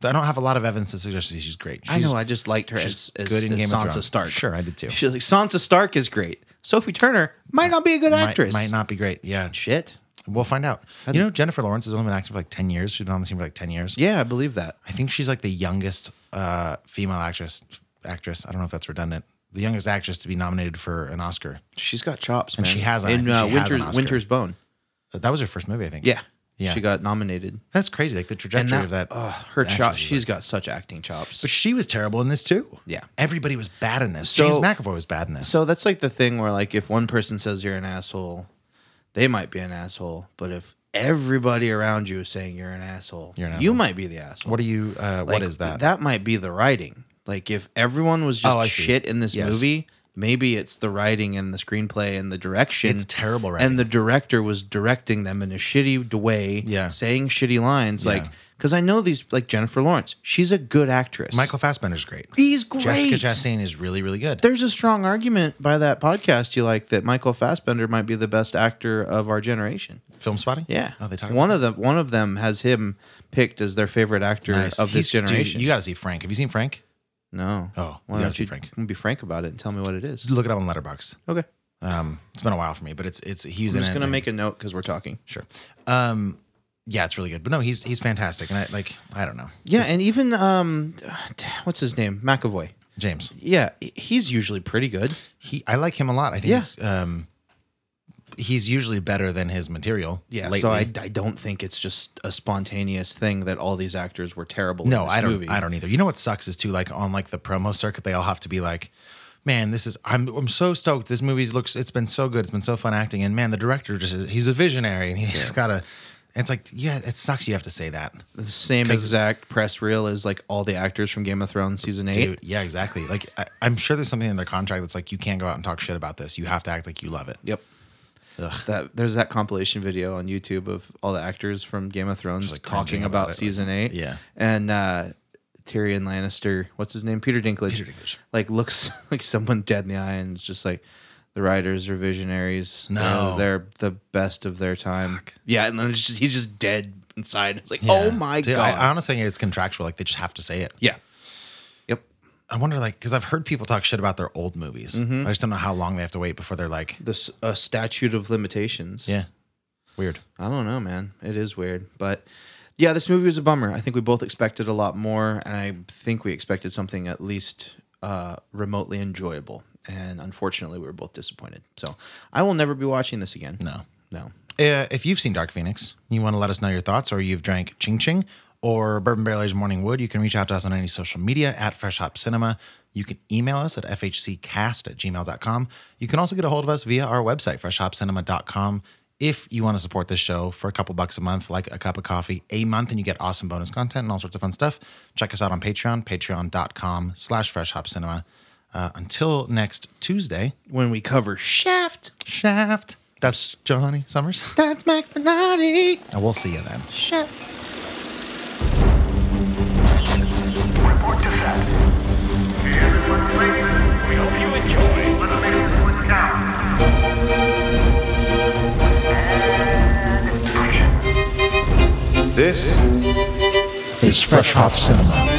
I don't have a lot of evidence to suggest that she's great. She's I know. I just liked her as, as, good in as Game of Sansa Thrones. Stark. Sure, I did too. She's like Sansa Stark is great. Sophie Turner might not be a good might, actress. might not be great. Yeah. Shit. We'll find out. You know, Jennifer Lawrence has only been acting for like 10 years. She's been on the scene for like 10 years. Yeah, I believe that. I think she's like the youngest uh, female actress. Actress. I don't know if that's redundant. The youngest actress to be nominated for an Oscar. She's got chops, And man. she has- I in think uh, she has an Winter's Oscar. Winter's Bone. That was her first movie, I think. Yeah, Yeah. She got nominated. That's crazy. Like the trajectory of that. oh, her actress chops. is, She's like- got such acting chops. But she was terrible in this too. Yeah. Everybody was bad in this. So- James McAvoy was bad in this. so that's like the thing where like if one person says you're an asshole, they might be an asshole. But if everybody around you is saying you're an asshole, You're an you asshole. might be the asshole. what do you? Uh, Like, what is that? That might be the writing. Like if everyone was just Oh, I see. shit in this Yes. movie, maybe it's the writing and the screenplay and the direction. It's terrible writing. And the director was directing them in a shitty way, Yeah. saying shitty lines. Like Yeah. because I know these like Jennifer Lawrence, she's a good actress. Michael Fassbender's great. he's great. Jessica Chastain is really really good. There's a strong argument by that podcast you like that Michael Fassbender might be the best actor of our generation. Film spotting. Yeah, Oh, they talk. one about of them. One of them has him picked as their favorite actor Nice. of He's- this dude, generation. you got to see Frank. Have you seen Frank? No. Oh, why you gotta don't see you Frank. be frank about it and tell me what it is? Look it up on Letterboxd. Okay. Um, it's been a while for me, but it's it's he's I'm in just it gonna and- make a note because we're talking. sure. Um, yeah, it's really good. But no, he's he's fantastic, and I like I don't know. Yeah, and even um, what's his name? McAvoy. James. Yeah, he's usually pretty good. He I like him a lot. I think Yeah. he's um he's usually better than his material. Yeah, lately. so I, I don't think it's just a spontaneous thing that all these actors were terrible. No, in this I don't. Movie. I don't either. You know what sucks is too, like on like the promo circuit, they all have to be like, "Man, this is I'm I'm so stoked. This movie looks it's been so good. It's been so fun acting, and man, the director just is, he's a visionary, and he's just gotta. It's like yeah, it sucks. You have to say that, The same exact press reel as like all the actors from Game of Thrones season eight. dude. Yeah, exactly. Like I, I'm sure there's something in their contract that's like you can't go out and talk shit about this. You have to act like you love it. Yep. That there's that compilation video on YouTube of all the actors from Game of Thrones like, talking cringing about, about it, like- season eight. Yeah. and uh, Tyrion Lannister, what's his name? Peter Dinklage. Peter Dinklage. Like looks like someone dead in the eye and is just like, the writers are visionaries. No. they're, they're the best of their time. Yeah, and then it's just, he's just dead inside. It's like, oh my Dude, god. I, I honestly think it's contractual. Like they just have to say it. yeah. Yep. I wonder, like, because I've heard people talk shit about their old movies. Mm-hmm. I just don't know how long they have to wait before they're like, This a statute of limitations. yeah, weird. I don't know, man. It is weird, but yeah, this movie was a bummer. I think we both expected a lot more, and I think we expected something at least uh, remotely enjoyable. And unfortunately, we were both disappointed. So I will never be watching this again. No. no. Uh, if you've seen Dark Phoenix, you want to let us know your thoughts, or you've drank Ching Ching or Bourbon Barrel Aged Morning Wood, you can reach out to us on any social media at Fresh Hop Cinema. You can email us at fhccast at gmail.com. You can also get a hold of us via our website, freshhopcinema.com. If you want to support this show for a couple bucks a month, like a cup of coffee a month, and you get awesome bonus content and all sorts of fun stuff, check us out on Patreon, patreon.com slash Fresh Hop Cinema. Uh, until next Tuesday, When we cover Shaft, Shaft. That's Johnny Summers. that's Max Bernardi. And we'll see you then. Shaft. Report to set. Everyone please. We hope you enjoy. Eliminate one down. And action. This is Fresh Hop Cinema.